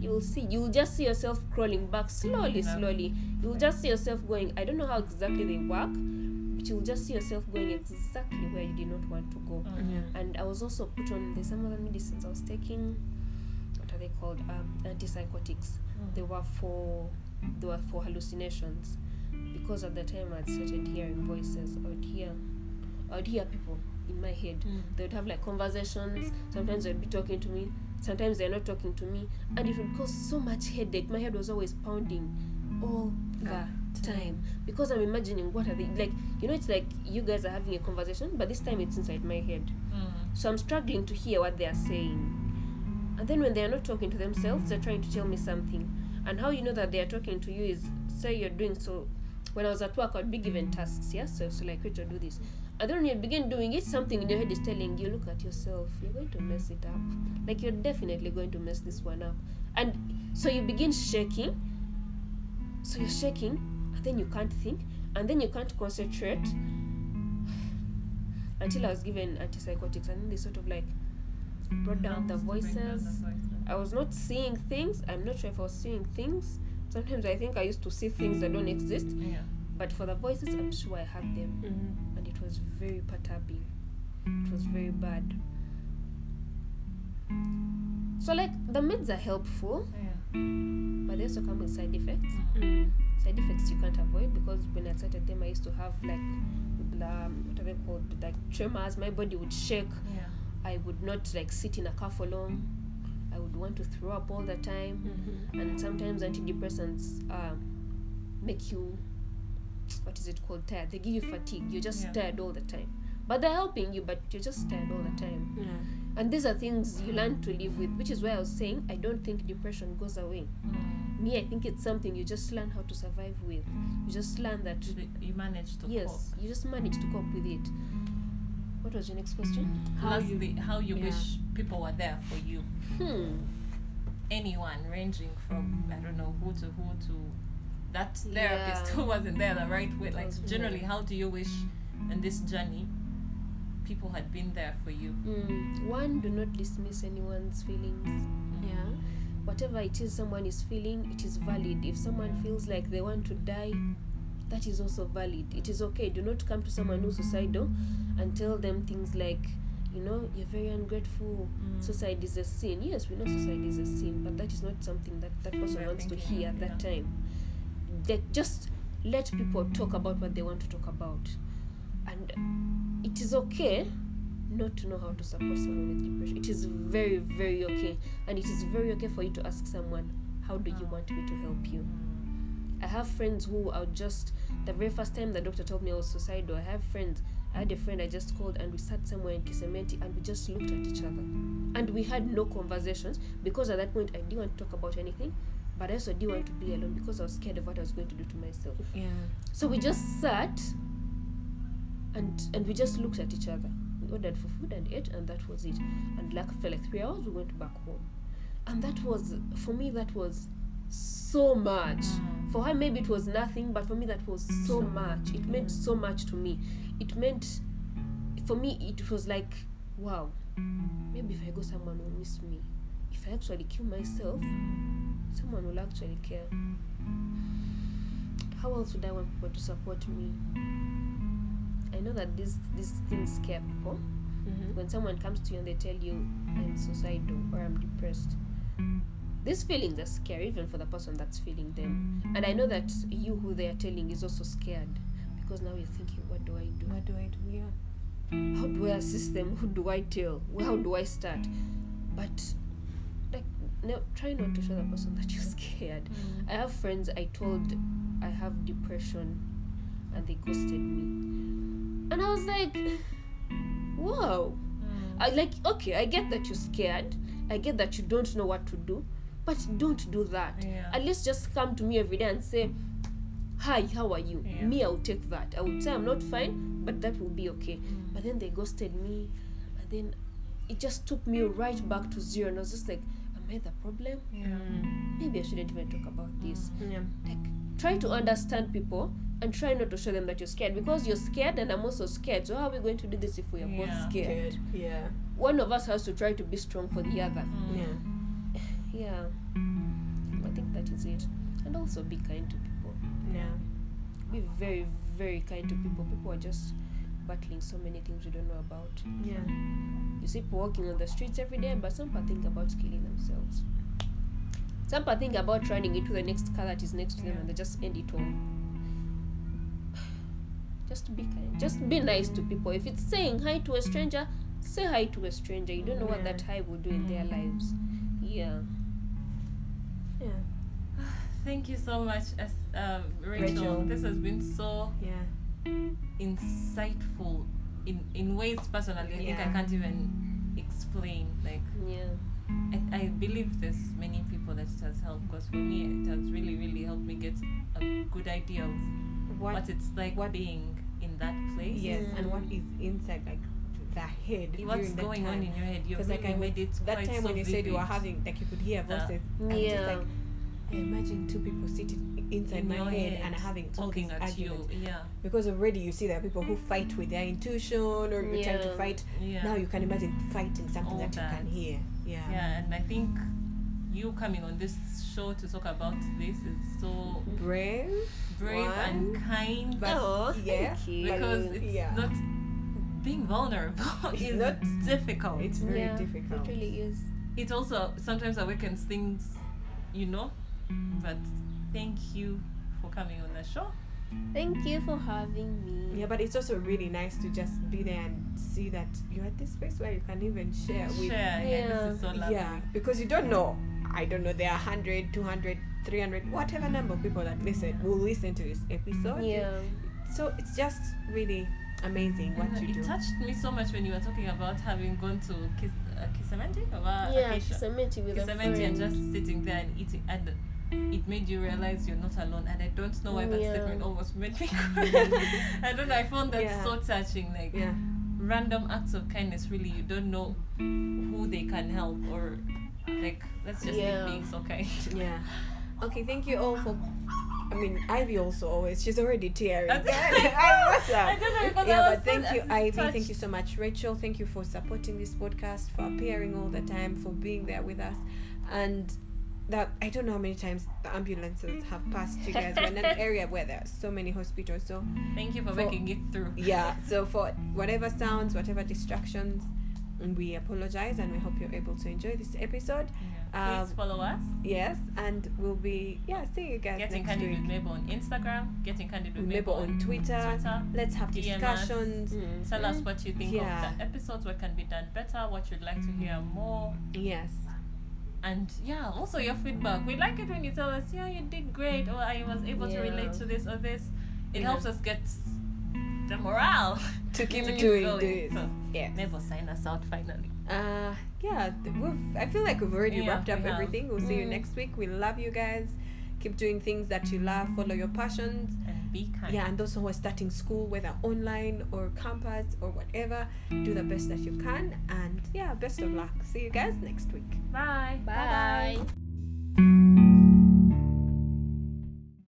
You'll see, you'll just see yourself crawling back slowly,
Yeah.
slowly. You'll just see yourself going, I don't know how exactly they work, but you'll just see yourself going exactly where you did not want to go.
Mm.
And I was also put on, there's some other medicines I was taking, what are they called? Um, antipsychotics.
Mm.
They were for, they were for hallucinations. Because at the time I'd started hearing voices, I would hear, I would hear people in my head
Mm.
they would have like conversations sometimes they'd be talking to me sometimes they're not talking to me and it would cause so much headache my head was always pounding all the time because i'm imagining what are they like you know it's like you guys are having a conversation but this time it's inside my head
Mm.
so i'm struggling to hear what they are saying and then when they are not talking to themselves they're trying to tell me something and how you know that they are talking to you is say you're doing so when i was at work i'd be given tasks yes so, so like Rachel do this and then when you begin doing it something in your head is telling you look at yourself you're going to mess it up like you're definitely going to mess this one up and so you begin shaking so you're shaking and then you can't think and then you can't concentrate until i was given antipsychotics and then they sort of like brought down the
Bring down the
voices
voices.
I was not seeing things. I'm not sure if I was seeing things. Sometimes I think I used to see things that don't exist.
Yeah.
But for the voices, I'm sure I had them.
Mm-hmm.
And it was very perturbing. It was very bad. So, like, the meds are helpful,
Yeah. Mm.
but they also come with side effects.
Mm-hmm.
Side effects you can't avoid because when I started them, I used to have, like, um, what are they called? Like, tremors. My body would shake.
Yeah.
I would not, like, sit in a car for long. I would want to throw up all the time.
Mm-hmm.
and sometimes antidepressants um, make you what is it called tired they give you fatigue you're just
Yeah.
tired all the time but they're helping you but you're just tired all the time and these are things you learn to live with which is why i was saying i don't think depression goes away
Mm.
me i think it's something you just learn how to survive with you just learn that
You- You managed to
yes
cope.
you just manage to cope with it what was your next question
Mm. How you, how you
yeah.
wish people were there for you.
hmm
Anyone ranging from I don't know who to who to that therapist
Yeah.
who wasn't there the right way. Like
Wasn't
generally, how do you wish in this journey people had been there for you?
Mm. one do not dismiss anyone's feelings whatever it is someone is feeling, it is valid. If someone feels like they want to die, that is also valid. It is okay. Do not come to someone who's suicidal and tell them things like, you know, you're very ungrateful.
Mm.
Suicide is a sin. Yes, we know suicide is a sin, but that is not something that that person
They're
wants to
thinking,
hear at that
yeah.
time. That just let people talk about what they want to talk about, and it is okay not to know how to support someone with depression. It is very, very okay, and it is very okay for you to ask someone, "How do
Ah.
you want me to help you?" I have friends who are just the very first time the doctor told me I was suicidal. I have friends. I had a friend I just called and we sat somewhere in Kisementi and we just looked at each other. And we had no conversations because at that point I didn't want to talk about anything, but I also didn't want to be alone because I was scared of what I was going to do to myself.
Yeah.
So we just sat and and we just looked at each other. We ordered for food and ate and that was it. And like for like three hours we went back home. And that was for me that was so much. For her maybe it was nothing, but for me that was so much. It meant so much to me. It meant for me it was like wow. Maybe if I go someone will miss me. If I actually kill myself, someone will actually care. How else would I want people to support me? I know that these these things scare people.
Mm-hmm.
Mm-hmm.
When someone comes to you and they tell you I'm suicidal or I'm depressed, these feelings are scary even for the person that's feeling them. And I know that you who they are telling is also scared because now you're thinking, what do I do?
What do I do? Yeah.
how do I assist them? Who do I tell? Where how do I start? But like no, try not to show the person that you're scared.
Mm.
I have friends I told I have depression and they ghosted me. And I was like Wow.
Mm.
I like okay, I get that you're scared. I get that you don't know what to do, but don't do that.
Yeah.
At least just come to me every day and say, Hi, how are you?
Yeah.
Me, I'll take that. I would say I'm not fine, but that will be okay.
Mm.
But then they ghosted me, and then it just took me right back to zero. And I was just like, Am I the problem?
Yeah.
Maybe I shouldn't even talk about this.
Yeah.
Like, try to understand people and try not to show them that you're scared because you're scared, and I'm also scared. So, how are we going to do this if we are
Yeah.
both scared?
Good. Yeah.
One of us has to try to be strong for the other.
Mm.
Yeah.
Yeah, I think that is it. And also be kind to people.
Yeah.
be very very kind to people people are just battling so many things we don't know about
Yeah.
you see people walking on the streets every day but some people think about killing themselves some people think about running into the next car that is next to them
Yeah.
and they just end it all just be kind just be nice to people if it's saying hi to a stranger say hi to a stranger you don't know what
Yeah.
that hi will do in
Mm-hmm.
their lives yeah
Yeah.
Thank you so much, Es- um, Rachel.
Rachel.
This has been so
Yeah.
insightful in, in ways personally. I think I
Yeah.
can't even explain. Like,
yeah
I, I believe there's many people that it has helped because for me, it has really, really helped me get a good idea of
What?
what, it's like
what-
being in that place.
yes.
Mm.
And what is inside like the head?
What's
during that
going on
time.
in your head? You've
Because like
really
I
made it
that
quite
time
so
when you said you were
vivid.
having like you could hear
Yeah.
voices. I'm just
Yeah.
like I imagine two people sitting inside
in
my
your
head, and having all
talking
these
at
arguments.
you. Yeah,
Because already you see there are people who fight with their intuition or you're trying to
Yeah.
fight.
yeah.
Now you can imagine fighting something
All
that,
that.
you can hear. Yeah.
yeah, and I think you coming on this show to talk about this is so
Brave.
brave and
One,
kind
But
oh
yeah,
thank you
because it's
yeah.
not being vulnerable
It's
is
not-
difficult.
It's very
Yeah,
difficult.
it really is
it also sometimes awakens things, you know. But thank you for coming on the show.
Thank you for having me.
Yeah, but it's also really nice to just be there and see that you're at this place where you can even share with.
Share, yeah, this is so lovely.
Yeah, because you don't know. I don't know, there are 100, 200, 300, whatever number of people that listen will listen to this episode.
Yeah.
So it's just really amazing what
And
you
it
do.
touched me so much when you were talking about having gone to Kis- uh, Kisementi or uh,
Yeah,
Acacia.
Kisamenti with a
Kisementi and
friend.
just sitting there and eating and it made you realize you're not alone and I don't know why that
Yeah.
statement almost made me cry. I don't know, I found that
Yeah.
so touching. Like
Yeah,
random acts of kindness really you don't know who they can help or like let's just
Yeah.
keep being so kind.
yeah. Okay, thank you all for. I mean, Ivy also always. She's already tearing.
I think-
Ivy, what's up?
I don't know because I
uh, yeah,
was
but
so
thank you, Ivy. Thank you
touched.
so much, Rachel. Thank you for supporting this podcast, for appearing all the time, for being there with us, and that I don't know how many times the ambulances have passed you guys. We're in an area where there are so many hospitals, so
Thank you for,
For-
making it through.
yeah. So for whatever sounds, whatever distractions, we apologize, and we hope you're able to enjoy this episode.
Yeah. Please
Um,
follow us.
Yes, and we'll be yeah. See you guys
Getting
next
Candid
week.
with Mabel on Instagram, Getting Candid with
With Mabel
Mabel
on Twitter.
Twitter.
Let's have
DM us.
discussions.
Mm.
Tell us what you think
Yeah. Mm.
of the episodes, what can be done better, what you'd like to hear more.
Yes.
And yeah, also your feedback. We like it when you tell us, yeah, you did great, or I was able to
Yeah.
relate to this or this. It
Yeah.
helps us get the morale
To keep
keep
doing
going.
this.
So,
Yeah.
Never sign us out finally.
Uh, yeah, th- we've, I feel like we've already
Yeah,
wrapped up
we have.
everything. We'll see you
Mm.
next week. We love you guys. Keep doing things that you love. Follow your passions.
And be kind.
Yeah, and those who are starting school, whether online or campus or whatever, do the best that you can. And yeah, best of luck. See you guys next week.
Bye.
Bye.